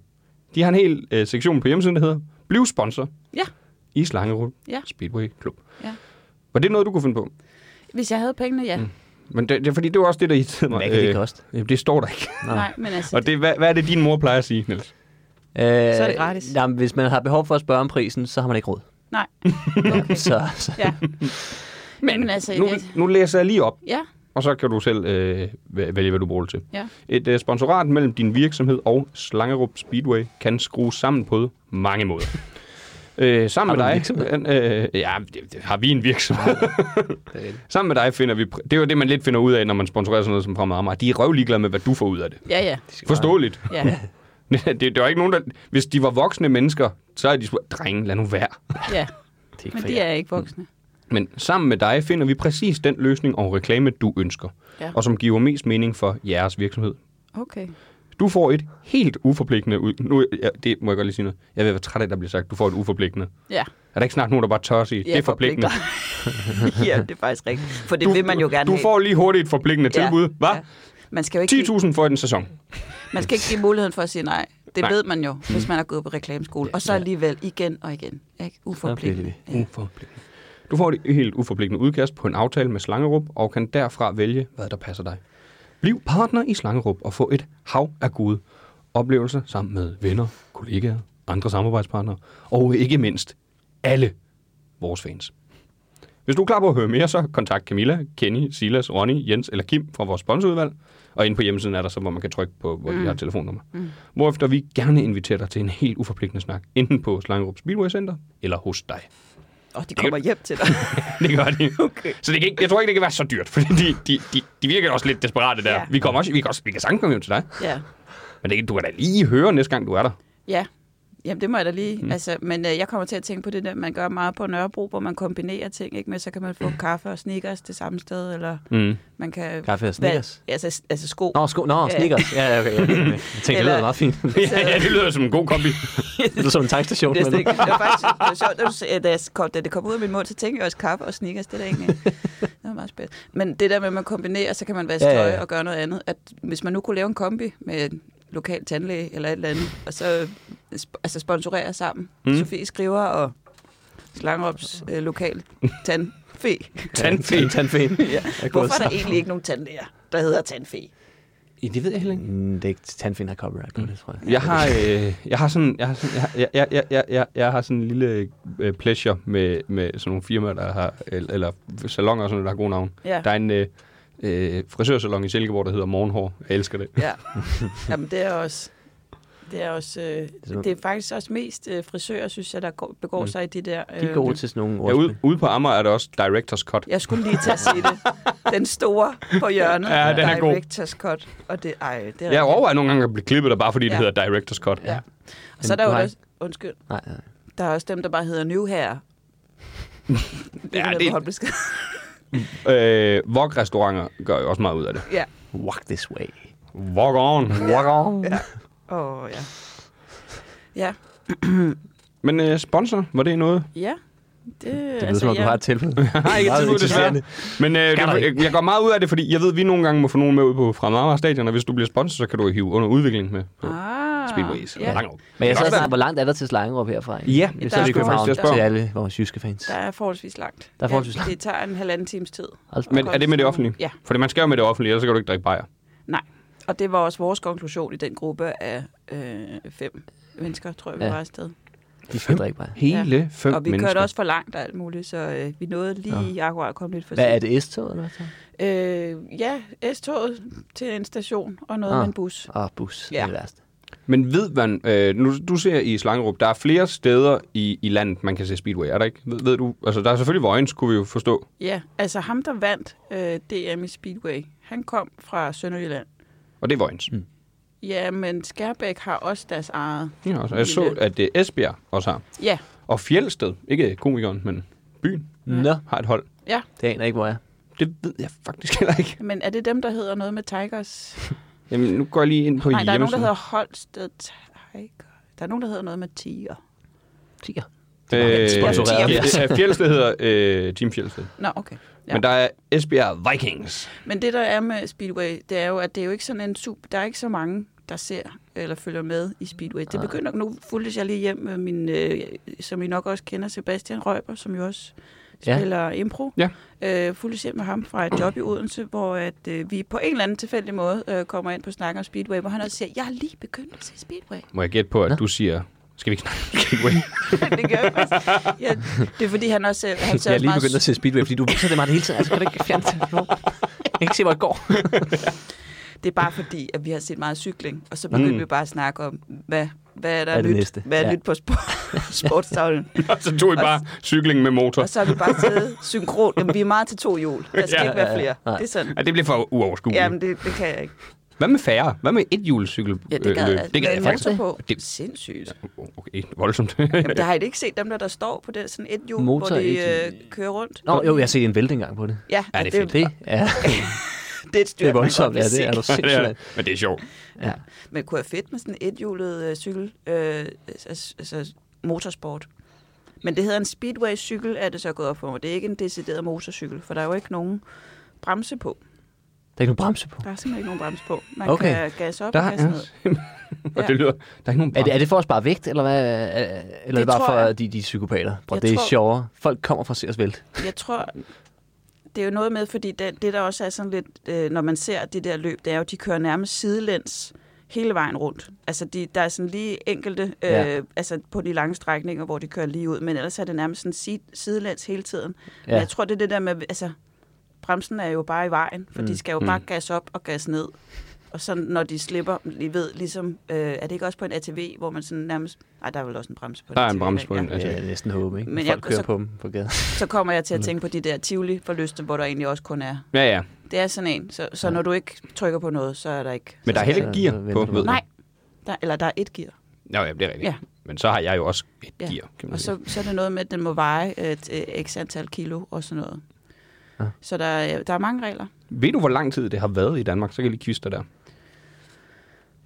Speaker 1: De har en hel øh, sektion på hjemmesiden, der hedder Bliv sponsor
Speaker 5: Ja,
Speaker 1: i Slangerup
Speaker 5: Ja.
Speaker 1: Speedway Klub.
Speaker 5: ja.
Speaker 1: Var det noget, du kunne finde på?
Speaker 5: Hvis jeg havde pengene, ja. Mm.
Speaker 1: Men det, det, er fordi det var også det, der irriterede mig. øh,
Speaker 4: Hvad kan det koste?
Speaker 1: jamen, det står der ikke.
Speaker 5: Nej, men altså...
Speaker 1: Og det, hvad, hvad er det, din mor plejer at sige, Niels?
Speaker 4: Øh, så
Speaker 5: er det gratis.
Speaker 4: Jamen, hvis man har behov for at spørge om prisen, så har man ikke råd.
Speaker 5: Nej,
Speaker 4: Så, så
Speaker 5: ja. men altså...
Speaker 1: Nu,
Speaker 5: jeg-
Speaker 1: nu læser jeg lige op,
Speaker 5: Ja,
Speaker 1: og så kan du selv øh, væ- vælge, hvad du bruger det til.
Speaker 5: ja.
Speaker 1: Et øh, sponsorat mellem din virksomhed og Slangerup Speedway kan skrues sammen på mange måder. Øh, sammen
Speaker 4: Har
Speaker 1: med
Speaker 4: du
Speaker 1: dig...
Speaker 4: en virksomhed?
Speaker 1: Øh, ja, det, det, har vi en virksomhed?
Speaker 4: det er det.
Speaker 1: sammen med dig finder vi... pr- Det er jo det, man lidt finder ud af, når man sponsorerer sådan noget som Fremad Amager. De er røvligeglade med, hvad du får ud af det.
Speaker 5: Ja, ja.
Speaker 1: Forståeligt.
Speaker 5: ja.
Speaker 1: det, det var ikke nogen, der... Hvis de var voksne mennesker, så er de... sp- Drenge, lad nu være.
Speaker 5: ja.
Speaker 4: det er ikke
Speaker 5: Men
Speaker 4: for
Speaker 5: de
Speaker 4: jer.
Speaker 5: er ikke voksne.
Speaker 1: Men sammen med dig finder vi præcis den løsning og reklame, du ønsker,
Speaker 5: Ja.
Speaker 1: og som giver mest mening for jeres virksomhed.
Speaker 5: Okay.
Speaker 1: Du får et helt uforpligtende... Ud... Nu, ja, det må jeg godt lige sige noget. Jeg ved, hvad træt af, der bliver sagt. Du får et uforpligtende.
Speaker 5: Ja.
Speaker 1: Er der ikke snart nogen, der bare tør at sige,
Speaker 5: Ja,
Speaker 1: det er forpligtende?
Speaker 5: ja, det er faktisk rigtigt. For det vil man jo gerne
Speaker 1: Du
Speaker 5: have.
Speaker 1: får lige hurtigt et forpligtende
Speaker 5: Ja,
Speaker 1: tilbud. Hvad?
Speaker 5: ja. Man skal jo ikke...
Speaker 1: 10.000 for en sæson.
Speaker 5: Man skal ikke give muligheden for at sige nej. Det
Speaker 1: Nej.
Speaker 5: nej. ved man jo, hvis man har gået på reklameskole. Og så alligevel igen og igen. Ikke? Uforpligtende.
Speaker 4: bliver
Speaker 5: Ja.
Speaker 1: Uforpligtende. Du får et helt uforpligtende udkast på en aftale med Slangerup, og kan derfra vælge, hvad der passer dig. Bliv partner i Slangerup og få et hav af gode oplevelser sammen med venner, kollegaer, andre samarbejdspartnere, og ikke mindst alle vores fans. Hvis du er klar på at høre mere, så kontakt Camilla, Kenny, Silas, Ronny, Jens eller Kim fra vores sponsorudvalg. Og inde på hjemmesiden er der så, hvor man kan trykke på, hvor mm. de har telefonnummer. Mm. Hvorefter vi gerne inviterer dig til en helt uforpligtende snak, enten på Slangerup Speedway Center eller hos dig.
Speaker 5: Og de kommer hjem til dig.
Speaker 1: Det gør de. Okay. Så det kan ikke, jeg tror ikke, det kan være så dyrt, fordi de, de, de, de virker også lidt desperate der. Ja.
Speaker 5: Ja.
Speaker 1: Vi, kommer også, vi, kan også, vi kan sagtens komme hjem til dig,
Speaker 5: ja.
Speaker 1: men det, kan- du kan da lige høre næste gang, du er der.
Speaker 5: Ja, Jamen, det må jeg da lige. Mm. Altså, men øh, jeg kommer til at tænke på det der, man gør meget på Nørrebro, hvor man kombinerer ting, ikke? Men så kan man få kaffe og sneakers det samme sted, eller
Speaker 1: Mm.
Speaker 5: man kan...
Speaker 4: Kaffe og Snickers?
Speaker 5: Hvad- Altså, altså sko.
Speaker 4: Nå, sko, nå, Snickers. Ja, ja, okay. okay. Jeg tænkte, det lyder
Speaker 5: Eller-
Speaker 4: meget fint.
Speaker 1: Ja, ja, det lyder som en god kombi.
Speaker 4: Det er som en tankstation.
Speaker 5: Det, er slet
Speaker 4: men-
Speaker 5: ikke- det var faktisk det var sjovt, da, du, sagde- da, jeg kom, da det kom ud af min mund, så tænkte jeg også kaffe og sneakers, det er da egentlig, det var meget spændende. Men det der med, at man kombinerer, så kan man være i
Speaker 4: Ja, ja,
Speaker 5: støj
Speaker 4: ja.
Speaker 5: og gøre noget andet. At hvis man nu kunne lave en kombi med en lokal tandlæge eller et eller andet, og så øh, sp- altså sponsorere sammen. Mm. Sofie Skriver og Slangerups øh, lokal tandfe.
Speaker 1: Tandfe.
Speaker 4: Tandfæn.
Speaker 5: ja.
Speaker 4: Jeg kunne
Speaker 5: Hvorfor er der
Speaker 4: også-
Speaker 5: egentlig ikke nogen tandlæger, der hedder tandfe?
Speaker 1: Ja, det ved jeg heller ikke.
Speaker 4: Mm, det er ikke tandfin har copyright på det, tror jeg.
Speaker 1: Jeg har, øh, jeg har sådan, jeg har sådan, jeg, jeg, jeg, jeg, jeg, jeg har sådan en lille øh, pleasure med, med sådan nogle firmaer, der har, eller, eller salonger og sådan noget, der har gode navn.
Speaker 5: Ja.
Speaker 1: Der er en øh, øh, frisørsalon i Silkeborg, der hedder Morgenhår. Jeg elsker det.
Speaker 5: Ja. Jamen, det er også... Det er, også, øh,
Speaker 4: som-
Speaker 5: det er faktisk også mest øh, frisører, synes jeg, der går, begår mm. sig i de der... Øh,
Speaker 4: De er gode til sådan nogle
Speaker 1: Ja,
Speaker 4: ordspil.
Speaker 1: ude, ude på Amager er der også Directors Cut.
Speaker 5: Jeg skulle lige til at sige det. Den store på hjørnet.
Speaker 1: Ja, den er god.
Speaker 5: Directors cut. Og det, ej, det er rigtigt.
Speaker 1: Jeg overvejer nogle gange at blive klippet der, bare fordi ja. det
Speaker 5: Ja.
Speaker 1: hedder Directors Cut.
Speaker 5: Ja. Og
Speaker 4: Men
Speaker 5: så er der
Speaker 4: du
Speaker 5: jo
Speaker 4: har
Speaker 5: også... Undskyld.
Speaker 4: Nej, nej.
Speaker 5: Der er også dem, der bare hedder New Hair.
Speaker 1: Ja,
Speaker 5: ja,
Speaker 1: det-
Speaker 5: det...
Speaker 1: Øh, Vok-restauranter gør jo også meget ud af det.
Speaker 5: ja.
Speaker 4: Walk this way.
Speaker 1: Walk on. Walk on. Ja.
Speaker 5: Åh, oh, ja. Ja,
Speaker 1: Men øh, sponsor, var det noget?
Speaker 5: ja. Det, altså, det
Speaker 4: Det lyder som om, du har et tilbud.
Speaker 1: Nej, ikke et
Speaker 4: Meget
Speaker 1: tilbud, desværre.
Speaker 4: eksisterende.
Speaker 1: Men øh,
Speaker 4: Skal der
Speaker 1: det, jeg, jeg går meget ud af det, fordi jeg ved, at vi nogle gange må få nogen med ud på fra Marmara Stadion, og hvis du bliver sponsor, så kan du hive under udvikling med på ah,
Speaker 5: Ah,
Speaker 1: Speedways. Ja.
Speaker 5: ja.
Speaker 1: Langerup.
Speaker 4: Men jeg
Speaker 1: Det
Speaker 4: så
Speaker 1: kan godt
Speaker 4: snart, hvor langt er der til Slangerup herfra? ikke?
Speaker 1: Ja,
Speaker 4: det
Speaker 5: der
Speaker 4: er
Speaker 5: er
Speaker 4: vi
Speaker 5: stor-
Speaker 4: København
Speaker 5: der-
Speaker 4: til alle vores jyske fans.
Speaker 5: Der er forholdsvis langt.
Speaker 4: Der er forholdsvis langt.
Speaker 5: Det tager en halvanden times tid.
Speaker 4: Hold da
Speaker 1: være. Men er det med det offentlige?
Speaker 5: Ja,
Speaker 1: Fordi man skal jo med det offentlige, ellers så kan du ikke drikke bajer.
Speaker 5: nej. Og det var også vores konklusion i den gruppe af øh, fem mennesker, tror jeg, vi
Speaker 4: Ja.
Speaker 5: ja. var afsted.
Speaker 4: op. De skal drikke bare.
Speaker 1: Hele ja. fem
Speaker 5: Og vi
Speaker 1: mennesker.
Speaker 5: kørte også for langt og alt muligt, så øh, vi nåede lige ja. akkurat at komme lidt for
Speaker 4: Hvad er
Speaker 5: sent.
Speaker 4: det? S-toget eller hvad?
Speaker 5: Øh, ja, S-toget til en station og noget
Speaker 4: Ah.
Speaker 5: ah. med en bus.
Speaker 4: Åh, bus. Det
Speaker 5: Ja.
Speaker 4: er det værste.
Speaker 1: Men ved man, øh, nu, du ser i Slangerup, der er flere steder i, i landet, man kan se Speedway. Er der ikke? Ved, ved du? Altså, der er selvfølgelig Vojens, kunne vi jo forstå.
Speaker 5: Ja, altså ham, der vandt øh, DM i Speedway, han kom fra Sønderjylland.
Speaker 1: Og det er Vojens. Mm.
Speaker 5: Ja, men Skærbæk har også deres eget.
Speaker 1: Ja, altså, jeg så, at det Esbjerg også har.
Speaker 5: Ja,
Speaker 1: Og Fjeldsted, ikke komikeren, men byen,
Speaker 4: Nå,
Speaker 1: har et hold.
Speaker 5: ja.
Speaker 4: det aner jeg ikke, hvor jeg er.
Speaker 1: Det ved jeg faktisk heller ikke.
Speaker 5: Men er det dem, der hedder noget med Tigers?
Speaker 1: Jamen, nu går jeg lige ind på
Speaker 5: Nej, der er nogen, der
Speaker 1: hjemmesiden.
Speaker 5: hedder Holsted Tiger. Der er nogen, der hedder noget med Tiger.
Speaker 4: Tiger.
Speaker 1: Øh,
Speaker 4: Sponsoreret.
Speaker 1: ja, ja, Fjeldsted hedder øh, Team Fjeldsted.
Speaker 5: Nå, okay.
Speaker 1: Ja.
Speaker 5: Ja.
Speaker 1: Men der er Esbjerg Vikings.
Speaker 5: Men det, der er med Speedway, det er jo, at det er jo ikke sådan en super... Der er ikke så mange, der ser eller følger med i Speedway. Det begynder... Nu fulgtes jeg lige hjem med min... Øh, som I nok også kender, Sebastian Røber, som jo også
Speaker 4: Ja.
Speaker 5: spiller impro.
Speaker 1: Ja.
Speaker 5: Øh, fulgtes hjem med ham fra et job i Odense, hvor at, øh, vi på en eller anden tilfældig måde øh, kommer ind på snakken om Speedway, hvor han også siger, jeg er lige begyndt at se Speedway.
Speaker 1: Må jeg gætte på, at
Speaker 4: Nå.
Speaker 1: Nå. du siger... Skal vi ikke snakke om Speedway?
Speaker 5: det gør jeg faktisk. ja, det er fordi, han også... øh, Han ser
Speaker 4: Jeg er
Speaker 5: også
Speaker 4: lige
Speaker 5: meget
Speaker 4: begyndt at se Speedway, fordi du viser det mig det hele tiden. Altså, kan du ikke fjerne det? Jeg kan ikke se, hvor det går.
Speaker 5: Det er bare fordi, at vi har set meget cykling, og så begyndte mm. vi bare at snakke om, hvad, hvad er der
Speaker 4: Hvad er det
Speaker 5: nyt?
Speaker 4: næste?
Speaker 5: Hvad er
Speaker 4: Ja.
Speaker 5: ja. nyt på sp- sportstavlen?
Speaker 1: så tog I bare cykling med motor.
Speaker 5: og så har vi bare siddet synkron. Jamen, vi er meget til to hjul. Der skal
Speaker 1: Ja,
Speaker 5: ja, ikke være
Speaker 4: ja, ja.
Speaker 5: flere. Ja,
Speaker 4: Nej.
Speaker 5: Det er sådan.
Speaker 1: Ja, det bliver for uoverskueligt.
Speaker 5: Jamen, det, det kan jeg ikke.
Speaker 1: Hvad med færre? Hvad med et hjulcykel?
Speaker 5: Ja, det
Speaker 4: Øh,
Speaker 5: gad jeg.
Speaker 1: det gad
Speaker 5: Med
Speaker 1: jeg
Speaker 5: en
Speaker 1: faktisk.
Speaker 5: motor på.
Speaker 1: Det-
Speaker 5: Det... Sindssygt.
Speaker 1: Okay, voldsomt.
Speaker 5: Jamen, der har I da ikke set dem der, der står på det sådan et hjul,
Speaker 4: Motor
Speaker 5: hvor de
Speaker 4: et-
Speaker 5: øh, kører rundt?
Speaker 4: Nå, jo, jeg har set en vælte engang på det.
Speaker 5: Ja,
Speaker 1: Ja,
Speaker 5: og
Speaker 1: det er fedt.
Speaker 5: det,
Speaker 4: Det er,
Speaker 5: det er et
Speaker 4: det
Speaker 5: styr,
Speaker 4: er voldsomt. Ja, det er du
Speaker 1: Ja, det er,
Speaker 4: sindssygt.
Speaker 1: det. men det er sjovt.
Speaker 5: Ja. Men kunne være fedt med sådan en ethjulet øh, cykel, øh, altså, altså motorsport. Men det hedder en speedway-cykel, er det så gået op for mig. Det er ikke en decideret motorcykel, for der er jo ikke nogen bremse på.
Speaker 4: Der er ikke nogen bremse på.
Speaker 5: Der er simpelthen ikke nogen bremse på. Man
Speaker 4: Okay.
Speaker 5: okay. kan gas op
Speaker 1: Der
Speaker 5: der,
Speaker 1: er,
Speaker 5: og gas ned.
Speaker 1: og det lyder, der er ikke nogen
Speaker 4: Er det, er det for at spare vægt, eller hvad? Er- Eller er det
Speaker 5: Det
Speaker 4: bare
Speaker 5: tror
Speaker 4: for,
Speaker 5: jeg.
Speaker 4: at de, de er psykopater? Bro,
Speaker 5: Jeg
Speaker 4: det er
Speaker 5: tror-
Speaker 4: sjovere. Folk kommer for at se os vælte.
Speaker 5: Jeg tror, det er jo noget med, fordi det, det der også er sådan lidt, øh, når man ser det der løb, det er jo, de kører nærmest sidelæns hele vejen rundt. Altså, de, der er sådan lige enkelte, øh,
Speaker 4: Ja.
Speaker 5: ja. altså på de lange strækninger, hvor de kører lige ud, men ellers er det nærmest sådan si- sidelæns hele tiden. Ja.
Speaker 4: Ja.
Speaker 5: Men jeg tror, det er det der med, altså, bremsen er jo bare i vejen, for mm. de skal jo bare gas op og gas ned. Og så når de slipper, lige ved, ligesom, øh, er det ikke også på en ATV, hvor man sådan nærmest, nej, der er vel også en bremse på
Speaker 1: Der er
Speaker 5: ATV,
Speaker 1: en bremse på
Speaker 5: ja.
Speaker 1: den.
Speaker 4: Ja, jeg
Speaker 1: Altså,
Speaker 4: vil næsten håbe, ikke?
Speaker 5: Men
Speaker 4: Men
Speaker 5: jeg-
Speaker 4: folk kører
Speaker 5: så-
Speaker 4: på dem på gaden.
Speaker 5: Så kommer jeg
Speaker 1: Mm.
Speaker 5: til at tænke på de der Tivoli-forlyste, hvor der egentlig også kun er
Speaker 1: ja, ja.
Speaker 5: Det er sådan en, så, så
Speaker 4: Ja.
Speaker 5: ja. når du ikke trykker på noget, så er der ikke...
Speaker 1: Men der er
Speaker 4: Så-
Speaker 1: heller ikke
Speaker 4: så-
Speaker 1: gear
Speaker 4: så venter
Speaker 1: på,
Speaker 4: du.
Speaker 1: ved du.
Speaker 5: Nej, der, eller der er et gear.
Speaker 1: Nå, ja, det er rigtigt.
Speaker 5: Ja.
Speaker 1: Men så har jeg jo også et
Speaker 5: Ja.
Speaker 1: gear. Kan man
Speaker 5: Og
Speaker 1: sige.
Speaker 5: så, så er det noget med, at den må veje øh, et, et x antal kilo og sådan noget.
Speaker 4: Ja.
Speaker 5: Ja. Så der, er- der er mange regler.
Speaker 1: Ved du, hvor lang tid det har været i Danmark? Så kan jeg lige kviste dig der.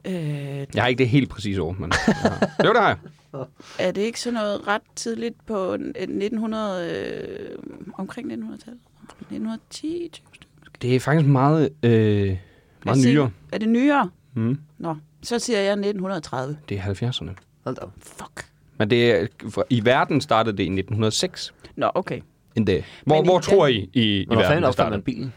Speaker 5: Øh,
Speaker 1: Jeg har ikke det helt præcise år, men... jeg har- Jo, det har jeg.
Speaker 5: er det ikke sådan noget ret tidligt på n- 1900... Øh, omkring 1900-tallet? 1910? 20 stykker?
Speaker 1: Det er faktisk meget, øh,
Speaker 5: Lad os
Speaker 1: meget
Speaker 5: se.
Speaker 1: nyere.
Speaker 5: Er det nyere?
Speaker 1: Mm.
Speaker 5: Nå, så siger jeg 1930.
Speaker 1: Det er 70'erne.
Speaker 4: Hold da op.
Speaker 5: Fuck.
Speaker 1: Men det er, for, i verden startede det i 1906.
Speaker 5: Nå, okay.
Speaker 1: Endda. Hvor,
Speaker 5: Men i
Speaker 1: hvor
Speaker 5: Dan-
Speaker 1: tror I, i, i
Speaker 4: Hvornår
Speaker 1: verden
Speaker 4: fanden
Speaker 1: det
Speaker 4: opfandt man
Speaker 1: startede?
Speaker 4: bilen?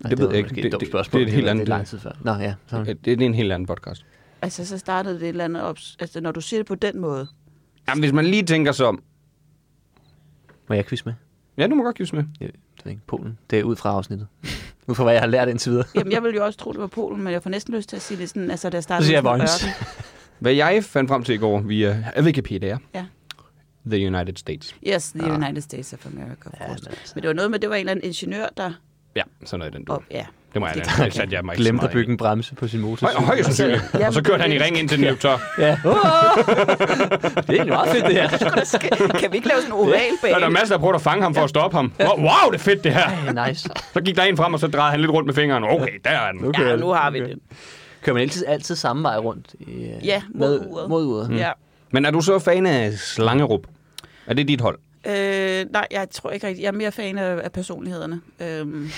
Speaker 4: Nej,
Speaker 1: det ved
Speaker 4: var
Speaker 1: jeg ikke.
Speaker 4: måske
Speaker 1: Det-
Speaker 4: et dumt
Speaker 1: det-
Speaker 4: spørgsmål.
Speaker 1: det er et helt
Speaker 4: var-
Speaker 1: andet-
Speaker 4: Det er lang tid før. Nå, ja. Sådan.
Speaker 1: Det, det er en helt anden podcast.
Speaker 5: Altså, så startede det et eller andet op. Altså, når du siger det på den måde.
Speaker 1: Jamen, hvis man lige tænker sig om...
Speaker 4: Må jeg quiz med?
Speaker 1: Ja, du må godt give os med.
Speaker 4: Jeg ved ikke. Polen. Det er ud fra afsnittet. ud fra, hvad jeg har lært indtil videre.
Speaker 5: Jamen, jeg ville jo også tro, det var Polen, men jeg får næsten lyst til at sige det sådan, altså, der startede
Speaker 4: Så siger jeg
Speaker 5: sådan en
Speaker 4: Vojens.
Speaker 5: ørken.
Speaker 1: Hvad jeg fandt frem til i går via Wikipedia,
Speaker 5: Ja.
Speaker 1: The United States.
Speaker 5: Yes, the United States of America, of
Speaker 4: Ja,
Speaker 5: course.
Speaker 4: men altså.
Speaker 5: Men det var noget med, det var en eller anden ingeniør, der...
Speaker 1: Ja, sådan noget i den du.
Speaker 5: Og, ja.
Speaker 1: Det må jeg lade. Det satte jeg mig ikke så
Speaker 4: Glemte
Speaker 1: meget
Speaker 4: at bygge en bremse på sin motor.
Speaker 1: i. Høj, høj, sandsynligt. Og så kørte han i ring ind til den løb tør.
Speaker 4: Ja. det er egentlig meget fedt, det her.
Speaker 5: kan vi ikke lave sådan en ovalbane?
Speaker 1: Der er masser, der prøver at fange ham for at stoppe ham. Wow, wow, det er fedt, det her.
Speaker 4: Ej, nice.
Speaker 1: Så gik der en frem, og så drejede han lidt rundt med fingeren. Okay, der er den.
Speaker 5: Ja, nu har vi det.
Speaker 4: Kører man altid, altid samme vej rundt? I, øh,
Speaker 5: Ja, mod uret.
Speaker 4: Mod uret.
Speaker 5: Ja.
Speaker 1: Men er du så fan af Slangerup? Er det dit hold?
Speaker 5: Øh, nej, jeg tror ikke rigtigt. Jeg er mere fan af, af personlighederne. Øhm,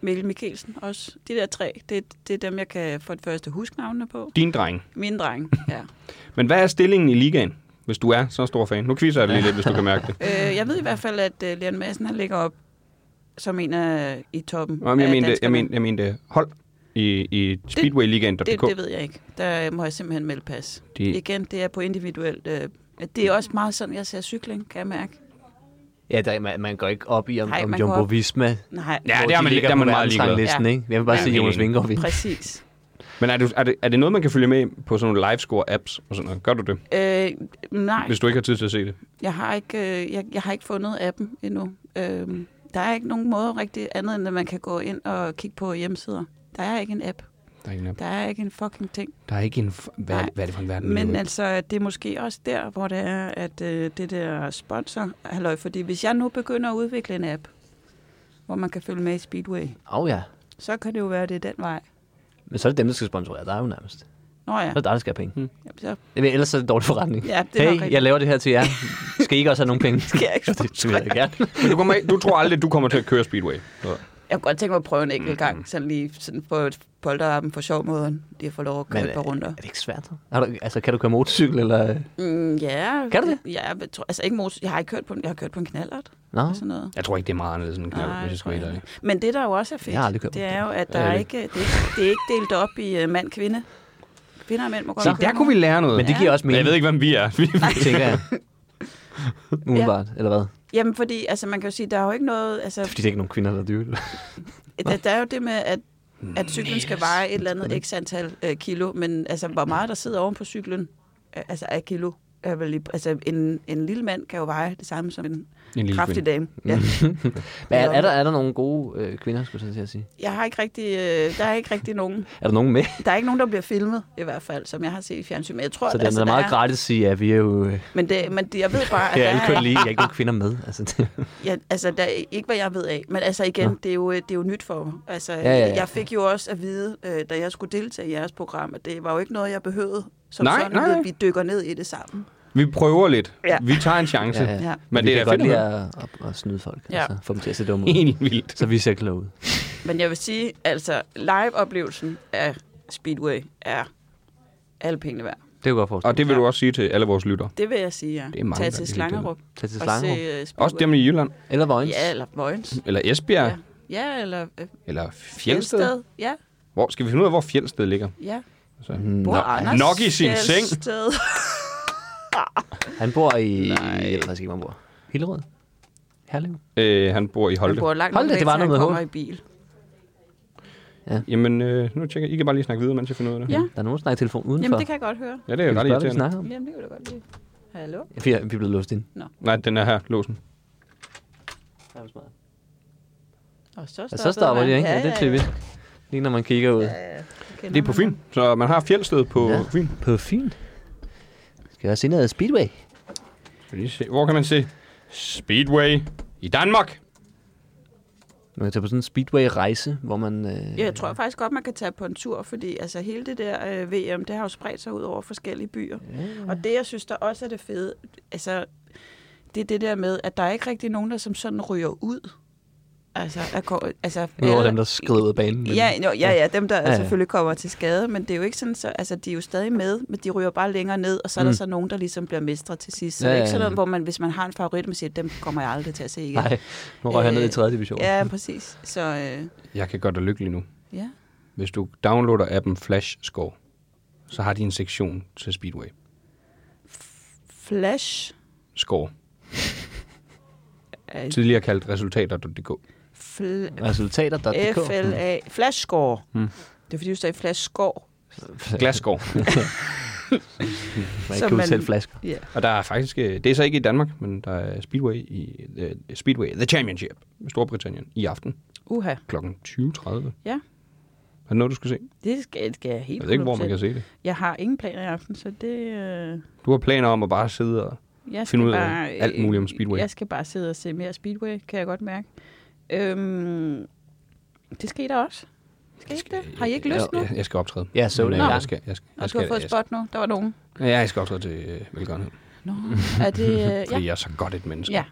Speaker 5: Mikkel Mikkelsen også. De der tre, det, det er dem, jeg kan for det første huske navnene på.
Speaker 1: Din dreng.
Speaker 5: Mine dreng, ja.
Speaker 1: Men hvad er stillingen i ligaen, hvis du er så stor fan? Nu quizzer jeg det lige lidt, hvis du kan mærke det.
Speaker 5: Øh, jeg ved i hvert fald, at uh, Leon Madsen han ligger op som en af i toppen.
Speaker 1: Nå, men jeg,
Speaker 5: af
Speaker 1: mente, jeg,
Speaker 5: danskerne.
Speaker 1: mente, jeg mente hold i, i speedwayligaen.dk.
Speaker 5: det, det ved jeg ikke. Der må jeg simpelthen melde pas.
Speaker 1: Det-
Speaker 5: Det... Igen, det er på individuelt. Øh, det er også meget sådan, jeg ser cykling, kan jeg mærke.
Speaker 4: Ja, der, man, man går ikke op i, om,
Speaker 5: Nej,
Speaker 4: om
Speaker 5: man går
Speaker 4: Jumbo
Speaker 5: op-
Speaker 4: Visma...
Speaker 5: Nej,
Speaker 1: Ja,
Speaker 4: hvor
Speaker 1: det er
Speaker 4: de
Speaker 1: man-
Speaker 4: ligger
Speaker 1: der er
Speaker 4: på
Speaker 1: man meget ligeglad.
Speaker 4: verdensranglisten,
Speaker 5: Ja.
Speaker 4: ikke? Jeg vil bare
Speaker 1: Ja,
Speaker 4: sige
Speaker 1: helt
Speaker 4: Jonas
Speaker 1: enig.
Speaker 4: Vingård vinde.
Speaker 5: præcis.
Speaker 1: Men er, du, er, det, er det noget, man kan følge med på sådan nogle livescore-apps? Og sådan noget? Gør du det,
Speaker 5: Øh, nej,
Speaker 1: hvis du ikke har tid til at se det?
Speaker 5: jeg har ikke, øh, jeg, jeg har ikke fundet appen endnu. Øh, der er ikke nogen måde rigtig andet, end at man kan gå ind og kigge på hjemmesider. Der er ikke en app.
Speaker 1: Der er, ikke en app.
Speaker 5: Der er ikke en fucking ting.
Speaker 1: der er ikke en... f- Hvad, er det- hvad er det for en verden? vi lever
Speaker 5: Men
Speaker 1: i?
Speaker 5: altså, det er måske også der, hvor det er, at øh, det der sponsor, halløj, fordi hvis jeg nu begynder at udvikle en app, hvor man kan følge med i Speedway,
Speaker 4: Åh oh, ja.
Speaker 5: så kan det jo være, at det er den vej.
Speaker 4: Men så er det dem, der skal sponsorere dig jo nærmest. Så
Speaker 5: Nå ja,
Speaker 4: er det dig, der skal have penge. Hmm.
Speaker 5: Jamen, så
Speaker 4: Ellers er det dårlig forretning.
Speaker 5: Ja, det er nok
Speaker 4: hey,
Speaker 5: rigtigt.
Speaker 4: jeg laver det her til jer. Skal I ikke også have nogle penge?
Speaker 5: kan jeg ikke
Speaker 4: det vil jeg gerne.
Speaker 1: Men du, kommer, ikke- du tror aldrig, du kommer til at køre Speedway? Så.
Speaker 5: Jeg kunne godt tænke mig at prøve en enkelt gang, sådan lige sådan på polterappen for sjov måde, lige at få lov at køre et par
Speaker 4: øh,
Speaker 5: runder.
Speaker 4: er det ikke svært? Har du, altså, kan du køre motorcykel, eller... øh?
Speaker 5: Mm, ja.
Speaker 4: Kan du det?
Speaker 5: Ja, jeg tror, altså ikke motor, jeg har ikke kørt på en, jeg har kørt på en knallert
Speaker 4: Nå?
Speaker 5: og sådan noget.
Speaker 1: Jeg tror ikke, det er meget anderledes end en knald, hvis jeg skal
Speaker 5: det tror
Speaker 1: være helt
Speaker 5: jeg
Speaker 1: ærlig.
Speaker 5: ikke. Men det, der jo også er fedt,
Speaker 4: Jeg har aldrig kørt på
Speaker 5: det
Speaker 4: en
Speaker 5: er jo, at
Speaker 1: Ja,
Speaker 5: der er
Speaker 1: det-
Speaker 5: ikke, det, er ikke, det er ikke delt op i øh, mand-kvinde. Kvinder og mænd må godt
Speaker 1: Så
Speaker 5: køre
Speaker 1: der
Speaker 5: nu.
Speaker 1: kunne vi lære noget.
Speaker 4: Men det giver
Speaker 1: Men
Speaker 4: også mening,
Speaker 1: jeg ved ikke, hvem vi er. Vi-
Speaker 4: tænker jeg. Umiddelbart, eller hvad?
Speaker 5: Jamen, fordi altså, man kan jo sige, der er jo ikke noget... Altså,
Speaker 4: Fordi det er ikke nogen kvinder, der er dyre.
Speaker 5: der, der er jo det med, at, at cyklen skal veje et eller andet x antal øh, kilo, men altså, hvor meget der sidder oven på cyklen, øh, altså af kilo, er vel lige, altså, en, en lille mand kan jo veje det samme som en,
Speaker 1: En
Speaker 5: en
Speaker 1: lille
Speaker 5: kraftig
Speaker 1: kvinde.
Speaker 5: dame. Ja.
Speaker 4: Men er, er, der, er der nogle gode øh, kvinder, skulle jeg sådan til at sige?
Speaker 5: Jeg har ikke rigtig, øh, der er ikke rigtig nogen.
Speaker 4: Er der nogen med?
Speaker 5: Der er ikke nogen, der bliver filmet, i hvert fald, som jeg har set i fjernsyn. Men jeg tror,
Speaker 4: Så det altså, er meget gratis at sige, at vi er jo... Øh,
Speaker 5: Men, det, men det, jeg ved bare, at
Speaker 4: det er alle
Speaker 5: der
Speaker 4: køn
Speaker 5: er,
Speaker 4: lige, jeg er ikke nogen kvinder med. Altså, det,
Speaker 5: ja, altså, der er ikke, hvad jeg ved af. Men altså igen, det, er jo, øh, det er jo nyt for mig. Altså, ja,
Speaker 4: ja,
Speaker 5: ja,
Speaker 4: ja.
Speaker 5: ja. Jeg fik jo også at vide, øh, da jeg skulle deltage i jeres program, at det var jo ikke noget, jeg behøvede. Som
Speaker 1: Nej,
Speaker 5: sådan,
Speaker 1: nej.
Speaker 5: at Vi dykker ned i det sammen.
Speaker 1: Vi prøver lidt.
Speaker 5: Ja.
Speaker 1: Vi tager en chance.
Speaker 4: Ja, ja.
Speaker 1: Men
Speaker 4: vi
Speaker 1: det er
Speaker 4: kan
Speaker 1: da fedt
Speaker 4: godt
Speaker 1: at
Speaker 4: lide
Speaker 1: høre.
Speaker 4: at, at, at snyde folk. Ja.
Speaker 5: Ja.
Speaker 4: Altså, få dem til at se dumme ud.
Speaker 1: Helt vildt.
Speaker 4: Så vi ser kloge ud.
Speaker 5: Men jeg vil sige, altså live-oplevelsen af Speedway er alle pengene værd.
Speaker 4: Det er jo godt forstå.
Speaker 1: Og det vil du også sige til alle vores lytter.
Speaker 5: Det vil jeg sige, ja.
Speaker 1: Det er mange,
Speaker 5: Tag
Speaker 1: der
Speaker 5: til
Speaker 1: kan
Speaker 5: Slangerup.
Speaker 4: Tag til
Speaker 5: og
Speaker 4: Slangerup.
Speaker 5: se, øh, Speedway.
Speaker 1: Også dem i Jylland.
Speaker 4: Eller Vojens.
Speaker 5: Ja, eller Vojens.
Speaker 1: Eller Esbjerg.
Speaker 5: Ja. ja, eller øh,
Speaker 1: Eller Fjeldsted.
Speaker 5: Ja,
Speaker 1: Hvor, skal vi finde ud af, hvor Fjeldsted ligger?
Speaker 5: ja.
Speaker 1: Så.
Speaker 5: Bor Anders
Speaker 1: nok i sin seng.
Speaker 5: Fjeldsted.
Speaker 4: Han bor i... Nej. Jeg ved faktisk ikke, hvor han bor. Hillerød? Herlev?
Speaker 1: Øh, han bor i Holte.
Speaker 5: Han bor langt
Speaker 4: Hold da,
Speaker 5: væk,
Speaker 4: det var
Speaker 5: så han
Speaker 4: noget med
Speaker 5: kommer
Speaker 4: H.
Speaker 5: i bil.
Speaker 1: Jamen, øh, nu tjekker jeg. I kan bare lige snakke videre, mens jeg finder ud af det.
Speaker 5: Ja.
Speaker 4: Der er nogen, der snakker i telefon udenfor.
Speaker 5: Jamen, det kan jeg godt høre.
Speaker 1: Ja, det er jo ret
Speaker 4: vi
Speaker 1: irriterende.
Speaker 4: snakker om.
Speaker 5: Jamen, det kan du godt lide. Hallo?
Speaker 4: Vi er, vi er blevet låst ind.
Speaker 1: Nej, den er her, låsen.
Speaker 5: Og så
Speaker 4: Og
Speaker 5: stopper,
Speaker 4: så stopper de, ikke? Ja, det er
Speaker 5: ja,
Speaker 4: typisk. Lige når man kigger ud.
Speaker 5: ja.
Speaker 1: Det er på Fyn. Så man har Fjeldsted på
Speaker 4: Ja.
Speaker 1: ja. Fyn.
Speaker 4: På fint. Skal jeg også se noget Speedway?
Speaker 1: Skal vi lige se. Hvor kan man se Speedway i Danmark?
Speaker 4: Man kan tage på sådan en Speedway-rejse, hvor man... Øh,
Speaker 5: Ja, jeg tror faktisk godt, man kan tage på en tur, fordi altså, hele det der øh, VM, det har jo spredt sig ud over forskellige byer. Ja. Og det, jeg synes, der også er det fede, altså, det er det der med, at der er ikke rigtig nogen, der som sådan ryger ud. Altså, er, ko- altså,
Speaker 1: Udover
Speaker 5: eller-
Speaker 1: dem, der skrider ud af banen. men-
Speaker 5: Ja, jo, ja, ja, dem der
Speaker 1: Ja,
Speaker 5: ja,
Speaker 1: ja.
Speaker 5: ja. selvfølgelig kommer til skade, men det er jo ikke sådan, så, altså de er jo stadig med, men de ryger bare længere ned, og så er der
Speaker 1: Mm.
Speaker 5: så nogen, der ligesom bliver mestre til sidst. Så
Speaker 4: Ja,
Speaker 5: ja, det er
Speaker 4: ja,
Speaker 5: ikke sådan
Speaker 4: ja.
Speaker 5: noget, hvor man, hvis man har en favorit, man siger, dem kommer jeg aldrig til at se igen.
Speaker 1: Nej, nu røg han ned i
Speaker 5: Øh,
Speaker 1: 3. division.
Speaker 5: Ja, præcis. Så øh,
Speaker 1: Jeg kan godt dig lykkelig nu.
Speaker 5: ja,
Speaker 1: Hvis du downloader appen Flash Score, så har de en sektion til Speedway.
Speaker 5: Flash
Speaker 1: Score.
Speaker 5: er
Speaker 1: Tidligere kaldt resultater.dk.
Speaker 5: fl-
Speaker 4: Resultater.dk.
Speaker 5: FLA, Flash Score. Mm. Det er fordi, du sagde Flash Score.
Speaker 1: Glasscore.
Speaker 4: Man
Speaker 5: Så
Speaker 4: kan
Speaker 5: man-
Speaker 4: udsælge flasker.
Speaker 5: Ja.
Speaker 1: Og der er faktisk, øh, det er så ikke i Danmark, men der er Speedway, i, uh, Speedway The Championship i Storbritannien i aften
Speaker 5: Uha.
Speaker 1: kl. 20.30.
Speaker 5: Ja.
Speaker 1: Er det noget, du skal se?
Speaker 5: Det skal, skal jeg helt
Speaker 1: Jeg ved ikke, hvor man kan se det.
Speaker 5: Jeg har ingen planer i aften, så det... Øh,
Speaker 1: Du har planer om at bare sidde og...
Speaker 5: jeg
Speaker 1: Finde
Speaker 5: skal
Speaker 1: ud af
Speaker 5: bare, øh,
Speaker 1: alt muligt om Speedway.
Speaker 5: Jeg skal bare sidde og se mere Speedway, kan jeg godt mærke. Øhm, det skal I da også. Skal I ikke det? Har I ikke lyst nu?
Speaker 1: Jeg, jeg skal optræde.
Speaker 4: Ja, så
Speaker 1: Men, øh,
Speaker 4: det en
Speaker 1: Jeg
Speaker 4: gang.
Speaker 1: skal, jeg skal,
Speaker 5: Og
Speaker 1: jeg
Speaker 5: du har
Speaker 1: skal,
Speaker 5: fået
Speaker 1: jeg
Speaker 5: et
Speaker 1: skal,
Speaker 5: spot nu. Der var nogen.
Speaker 1: ja, jeg skal optræde til øh, velgørenhed,
Speaker 5: Nå, er det... Øh,
Speaker 1: fordi
Speaker 5: ja.
Speaker 1: jeg er så godt et menneske.
Speaker 5: ja,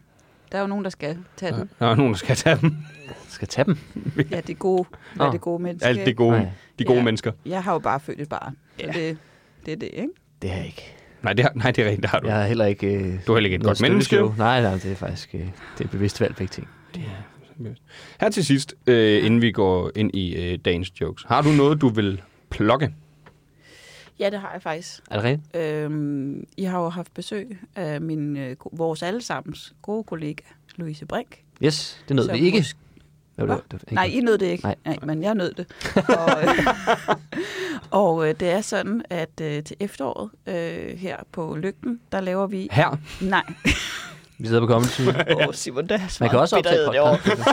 Speaker 5: der er jo nogen, der skal tage den.
Speaker 1: Der er nogen, der skal tage dem.
Speaker 4: Skal tage dem.
Speaker 5: Ja, det gode,
Speaker 4: Nå.
Speaker 5: er det gode menneske.
Speaker 1: Alt det gode,
Speaker 4: Nej.
Speaker 1: de gode
Speaker 5: Ja.
Speaker 1: mennesker.
Speaker 5: Jeg har jo bare født et barn. Ja. Det, det er det, ikke?
Speaker 4: Det har jeg ikke.
Speaker 1: Nej, det, har, nej, det er rigtigt, der har du.
Speaker 4: Jeg er heller ikke... Øh,
Speaker 1: Du er heller ikke et
Speaker 4: noget
Speaker 1: godt menneske,
Speaker 4: støtteshow. Nej, nej, det er faktisk... Øh, det er bevidst valgt begge ting.
Speaker 1: Her til sidst, øh, inden vi går ind i øh, dagens jokes. Har du noget, du vil plukke?
Speaker 5: Ja, det har jeg faktisk.
Speaker 4: Er det rigtigt?
Speaker 5: Øhm, I har jo haft besøg af min, øh, ko- vores allesammens gode kollega, Louise Brink.
Speaker 4: Yes, det nød
Speaker 5: Så
Speaker 4: vi ikke.
Speaker 5: husk-
Speaker 4: Nå,
Speaker 5: Hva? Nej, I nød det ikke.
Speaker 4: Nej.
Speaker 5: Nej, Nej men jeg nød det. Og, øh, og øh, det er sådan, at øh, til efteråret øh, her på Lygten, der laver vi...
Speaker 1: Her?
Speaker 5: Nej.
Speaker 4: Vi sidder på Comedy Zoo.
Speaker 5: Åh, oh, Simon, der er
Speaker 4: Man kan også optage podcast.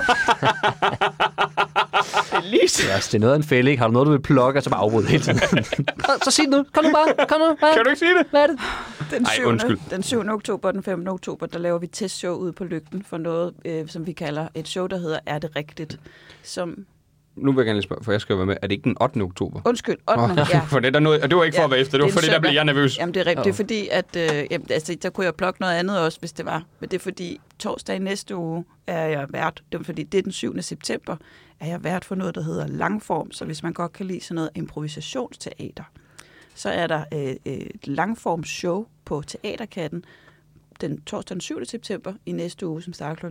Speaker 5: Lise.
Speaker 4: Yes, det er noget af en fælde, ikke? Har du noget, du vil plukke, og så bare afbryde hele tiden? Kom, så sig det nu. Kom nu bare. Kom nu. Bare.
Speaker 1: Kan du ikke sige det?
Speaker 4: Hvad er det?
Speaker 5: Den
Speaker 1: Ej,
Speaker 5: 7.
Speaker 1: undskyld.
Speaker 5: den 7. oktober og den 15. oktober, der laver vi testshow ude på Lygten for noget, øh, som vi kalder et show, der hedder Er det rigtigt? Som,
Speaker 1: Nu vil jeg gerne lige spørge, for jeg skal jo være med. Er det ikke den 8. oktober?
Speaker 5: undskyld, 8.
Speaker 1: Åh,
Speaker 5: ja.
Speaker 1: for det, der nåede, og det var ikke for
Speaker 5: Ja,
Speaker 1: at være efter, det var
Speaker 5: det er en
Speaker 1: fordi, der
Speaker 5: søndag.
Speaker 1: blev jeg nervøs.
Speaker 5: Jamen, det er rigtigt. Det er fordi, at øh, jamen, altså, der kunne jeg plukke noget andet også, hvis det var. Men det er fordi, torsdag i næste uge er jeg vært. Det er fordi, det er den 7. september, er jeg vært for noget, der hedder langform. Så hvis man godt kan lide sådan noget improvisationsteater, så er der øh, et langformshow på Teaterkatten den torsdag den 7. september i næste uge, som starter kl.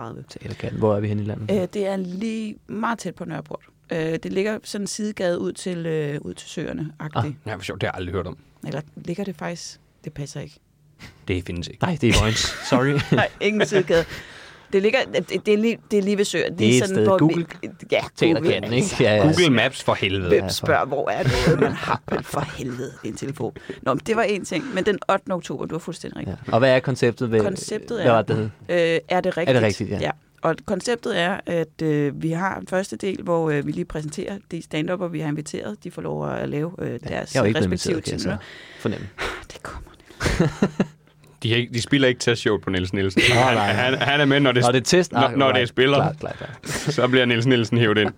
Speaker 5: 19.30.
Speaker 4: Teaterkatten. Hvor er vi henne i landet?
Speaker 5: Øh, det er lige meget tæt på Nørreport. Øh, det ligger sådan en sidegade ud til, øh, ud til søerne ah.
Speaker 1: Ja, for sjovt, det har jeg aldrig hørt om.
Speaker 5: Eller ligger det faktisk? Det passer ikke.
Speaker 1: Det findes ikke.
Speaker 4: Nej, det er Vojens. Sorry.
Speaker 5: Nej, ingen sidegade. Det, ligger, det, det, er lige, det er lige ved søen.
Speaker 4: Det er et sted.
Speaker 5: hvor
Speaker 4: Google
Speaker 5: Vi, ja, Altså,
Speaker 4: Teaterkatten, ikke? Ja, altså. ja.
Speaker 1: Google Maps for helvede.
Speaker 5: Hvem spørger, hvor er det, man har vel for helvede en telefon? Nå, men det var en ting, men den 8. oktober, du har fuldstændig rigtigt.
Speaker 4: Ja. Og hvad er konceptet? Ved,
Speaker 5: Konceptet
Speaker 4: Hvad
Speaker 5: er,
Speaker 4: var det, det hed?
Speaker 5: øh, er det rigtigt?
Speaker 4: rigtigt, ja.
Speaker 5: ja. Og konceptet er, at øh, vi har en første del, hvor øh, vi lige præsenterer de stand og vi har inviteret. De får lov at lave øh, deres
Speaker 4: Jeg er jo ikke blevet
Speaker 5: respektive
Speaker 4: inviteret, kan jeg så
Speaker 5: timer.
Speaker 4: fornemme.
Speaker 5: Det kommer det.
Speaker 1: De, har ikke, de spiller ikke testshowet på Nielsen Nielsen.
Speaker 4: nej,
Speaker 1: han,
Speaker 4: nej.
Speaker 1: han, han, er med, når det,
Speaker 4: Når det er test, ah,
Speaker 1: når, når det er spiller,
Speaker 4: Klart, klart, klart.
Speaker 1: så bliver Nielsen Nielsen hævet ind.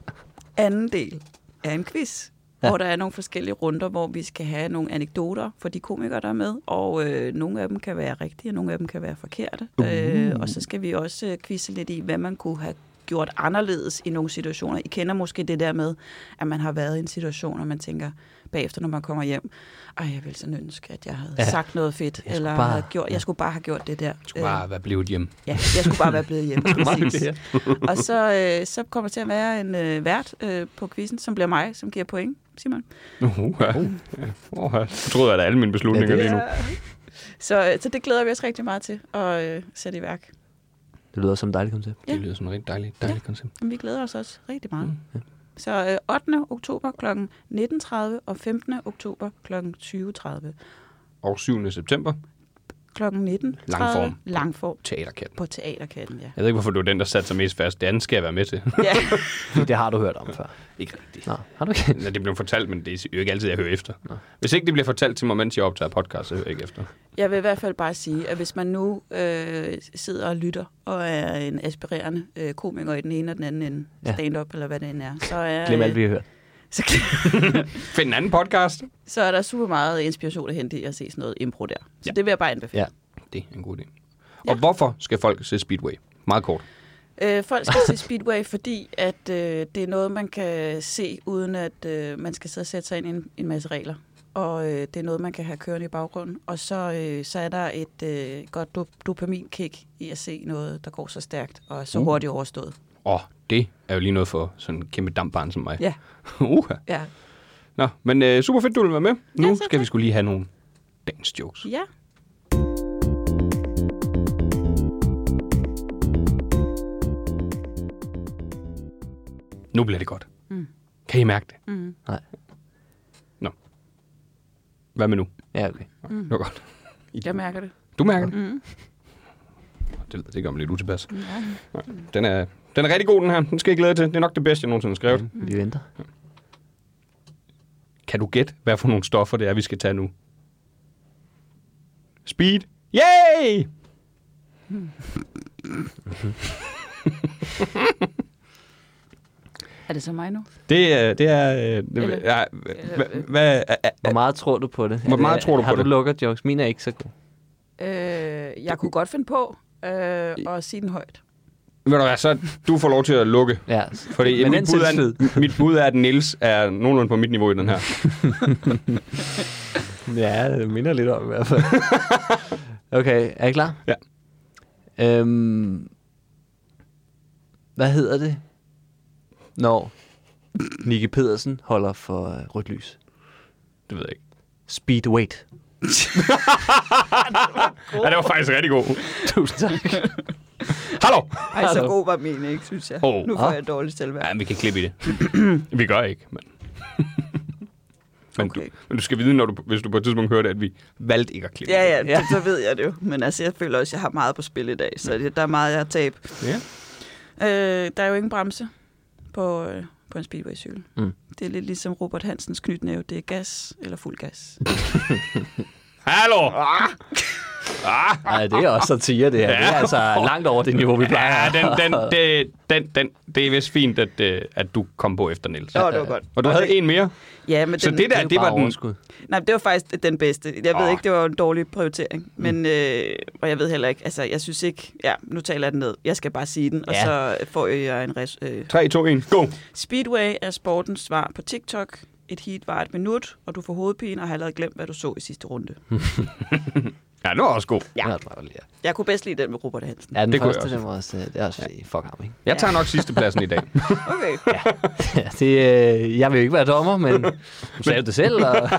Speaker 5: anden del er en quiz,
Speaker 4: Ja.
Speaker 5: ja. hvor der er nogle forskellige runder, hvor vi skal have nogle anekdoter for de komikere, der er med, og øh, nogle af dem kan være rigtige, og nogle af dem kan være forkerte. Uh. Øh, og så skal vi også øh, quizze lidt i, hvad man kunne have gjort anderledes i nogle situationer. I kender måske det der med, at man har været i en situation, og man tænker bagefter, når man kommer hjem, ej, jeg ville sådan ønske, at jeg havde
Speaker 4: Ja.
Speaker 5: ja. sagt noget fedt,
Speaker 4: skulle
Speaker 5: eller
Speaker 4: bare-
Speaker 5: havde gjort, jeg skulle bare have gjort det der.
Speaker 1: Skulle bare være blevet hjemme.
Speaker 5: Ja, jeg skulle bare være blevet hjemme. præcis. og så, øh, så kommer der til at være en øh, vært øh, på quizzen, som bliver mig, som giver point, Simon.
Speaker 1: Uh, ja. Uh, ja. Så troede jeg da alle mine beslutninger
Speaker 4: Ja,
Speaker 1: lige
Speaker 4: det-
Speaker 1: nu.
Speaker 5: Så, øh, så det glæder vi os rigtig meget til at øh, sætte i værk.
Speaker 4: Det lyder som et dejligt koncept.
Speaker 1: Det lyder som et rigtig dejligt, dejligt koncept.
Speaker 5: Men vi glæder os også rigtig
Speaker 1: Mm,
Speaker 5: meget. Så øh, 8. oktober kl. 19.30 og 15. oktober kl. 20.30.
Speaker 1: Og 7. september,
Speaker 5: Kl. 19.
Speaker 1: Langform.
Speaker 5: Langform
Speaker 1: Teaterkatten.
Speaker 5: på Teaterkatten, ja.
Speaker 1: Jeg ved ikke, hvorfor du er den, der satte sig mest fast. Det andet skal jeg være med til.
Speaker 5: ja.
Speaker 4: Det har du hørt om før.
Speaker 1: ikke rigtigt.
Speaker 4: Nå, har du ikke?
Speaker 1: Når det bliver fortalt, men det er jo ikke altid, jeg hører efter. Hvis ikke det bliver fortalt til mig, mens jeg optager podcast, så hører jeg ikke efter.
Speaker 5: Jeg vil i hvert fald bare sige, at hvis man nu øh, sidder og lytter og er en aspirerende øh, komiker i den ene og den anden ende,
Speaker 4: Ja.
Speaker 5: stand-up eller hvad det end er, så er,
Speaker 4: Glem
Speaker 5: øh,
Speaker 4: alt, vi har hørt.
Speaker 5: så,
Speaker 1: Find en anden podcast.
Speaker 5: så er der super meget inspiration at hente i at se sådan noget impro der. Så
Speaker 1: Ja.
Speaker 5: ja. det vil jeg bare anbefale.
Speaker 4: Ja.
Speaker 1: Det er en god idé. Og hvorfor skal folk se Speedway? Meget kort.
Speaker 5: Øh, folk skal se Speedway, fordi at, øh, det er noget, man kan se, uden at øh, man skal sidde og sætte sig ind i en, en masse regler. Og øh, det er noget, man kan have kørende i baggrunden. Og så, øh, så er der et øh, godt do- dopaminkick i at se noget, der går så stærkt og er
Speaker 4: Uh.
Speaker 5: så hurtigt overstået.
Speaker 1: Åh, oh, det er jo lige noget for sådan en kæmpe dampbarn som mig.
Speaker 5: Ja,
Speaker 1: Uha.
Speaker 5: ja.
Speaker 1: Nå, men øh, super fedt, du vil være med. Nu ja,
Speaker 5: Ja, selv
Speaker 1: skal vi
Speaker 5: tak.
Speaker 1: skulle lige have nogle dagens jokes.
Speaker 5: ja.
Speaker 1: Nu bliver det godt. Mm. Kan I mærke det?
Speaker 5: Mm.
Speaker 4: Nej.
Speaker 1: Nå. Hvad med nu?
Speaker 4: Ja, okay.
Speaker 1: Mm. Det var godt.
Speaker 5: Jeg mærker det.
Speaker 1: Du mærker det? Mm. Det, det gør mig lidt utilpas. Mm. Den, er, den er rigtig god, den her. Den skal I glæde jer til. Det er nok det bedste, jeg nogensinde har skrevet. Mm.
Speaker 4: Vi venter.
Speaker 1: Kan du gætte, hvad for nogle stoffer det er, vi skal tage nu? Speed. Yay!
Speaker 5: Er det så mig nu?
Speaker 1: Det, er- det er... øh, det- ja,
Speaker 5: Eller- eller-
Speaker 1: hva- Hvad... hva-
Speaker 4: Hvor meget tror du på det?
Speaker 1: Hvor meget
Speaker 4: Er det-
Speaker 1: tror du
Speaker 4: har
Speaker 1: på det?
Speaker 4: Har du lukket jokes? Mine er ikke så gode.
Speaker 5: Øh, jeg kunne godt finde på øh, at sige den højt.
Speaker 1: Ved du hvad, så du får lov til at lukke.
Speaker 4: Ja.
Speaker 1: Fordi
Speaker 4: Men
Speaker 1: mit,
Speaker 4: den
Speaker 1: bud er,
Speaker 4: tilslid.
Speaker 1: mit bud er, at Nils er nogenlunde på mit niveau i den her.
Speaker 4: Ja, det minder lidt om i hvert fald. okay, er I klar?
Speaker 1: Ja.
Speaker 4: Øhm, hvad hedder det, når Nicky Pedersen holder for øh, rødt lys?
Speaker 1: Det ved jeg ikke.
Speaker 4: Speed weight.
Speaker 1: Ja, det var faktisk rigtig god.
Speaker 4: Tusind tak.
Speaker 1: Hallo!
Speaker 5: Ej, så god var min ikke, synes jeg.
Speaker 1: Åh.
Speaker 5: Nu får jeg dårligt
Speaker 1: Ja,
Speaker 5: selvværd.
Speaker 1: vi kan klippe i det. vi gør ikke, men... men,
Speaker 5: Okay.
Speaker 1: du, men du skal vide, når du, hvis du på et tidspunkt hørte, at vi valgte ikke at klippe
Speaker 5: Ja,
Speaker 1: det.
Speaker 5: ja, det, så ved jeg det jo. Men altså, jeg føler også, at jeg har meget på spil i dag, så
Speaker 1: Mm.
Speaker 5: det, der er meget, jeg har tab.
Speaker 1: ja.
Speaker 5: Øh, der er jo ingen bremse på, øh, på en speedway-cykel.
Speaker 4: Mm.
Speaker 5: Det er lidt ligesom Robert Hansens knytnæve. Det er gas eller fuld gas.
Speaker 1: Hallo! Ah,
Speaker 4: Ej, det er også satire, det her. Ja. Det er altså langt over det niveau, vi plejer.
Speaker 1: ja, den, den, det, den, den, det er vist fint, at, øh, at du kom på efter, Niels.
Speaker 5: Nå, det var godt.
Speaker 1: Og du havde en mere.
Speaker 5: Ja, men
Speaker 1: Så
Speaker 5: den,
Speaker 1: det der,
Speaker 4: jo
Speaker 1: det var
Speaker 4: bare
Speaker 1: den...
Speaker 4: overskud.
Speaker 5: Nej, men det var faktisk den bedste. Jeg ved
Speaker 1: Åh.
Speaker 5: ikke, det var en dårlig prioritering.
Speaker 4: Mm.
Speaker 5: Men, øh, og jeg ved heller ikke, altså jeg synes ikke, ja, nu taler jeg den ned. Jeg skal bare sige den, og
Speaker 4: Ja.
Speaker 5: så får jeg en res, øh,
Speaker 1: 3, 2, 1, go!
Speaker 5: Speedway er sportens svar på TikTok. Et heat var et minut, og du får hovedpine og har allerede glemt, hvad du så i sidste runde.
Speaker 4: Mm.
Speaker 1: Ja, det var også god.
Speaker 4: Ja. det var godt, ja.
Speaker 5: Jeg kunne bedst lide den med Robert Hansen.
Speaker 4: Ja, den
Speaker 1: Det
Speaker 4: det
Speaker 1: kunne jeg
Speaker 4: første,
Speaker 1: også.
Speaker 4: den var også, øh, det er også fordi, fuck ham, ikke?
Speaker 1: Jeg tager nok sidstepladsen i dag.
Speaker 5: Okay.
Speaker 4: Ja, det, øh, jeg vil jo ikke være dommer, men du sagde jo det selv, og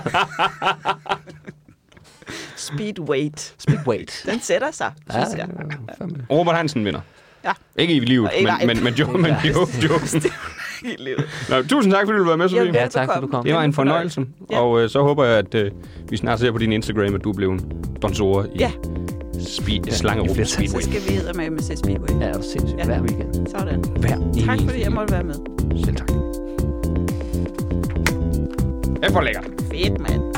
Speaker 5: Speedweight.
Speaker 4: speak weight.
Speaker 5: Den sætter sig,
Speaker 4: Ja,
Speaker 5: synes jeg.
Speaker 4: fandme.
Speaker 1: Robert Hansen vinder.
Speaker 5: Ja.
Speaker 1: Ikke i livet,
Speaker 5: Og ikke-
Speaker 1: men, men, men, jo, men
Speaker 4: Ja.
Speaker 1: jo, jo.
Speaker 5: I livet.
Speaker 1: Nå, tusind tak, fordi du var med, Sofie.
Speaker 5: Jamen,
Speaker 4: Ja, tak for, du kom.
Speaker 1: Det var en fornøjelse,
Speaker 5: fornøjelse. Ja.
Speaker 1: og øh, så håber jeg, at øh, vi snart ser på din Instagram, at du er blevet sponsor i ja.
Speaker 5: Ja.
Speaker 1: speed, ja, Slangerup
Speaker 4: Ja.
Speaker 5: Så
Speaker 1: Speedway.
Speaker 5: skal vi hedder med med se Speedway.
Speaker 4: Ja, det er sindssygt.
Speaker 5: Ja.
Speaker 4: Hver weekend.
Speaker 5: Sådan.
Speaker 1: Hver
Speaker 5: Tak
Speaker 1: evig
Speaker 5: fordi jeg måtte være med.
Speaker 1: eneste- Selv tak. Det er for lækkert.
Speaker 5: Fedt, mand.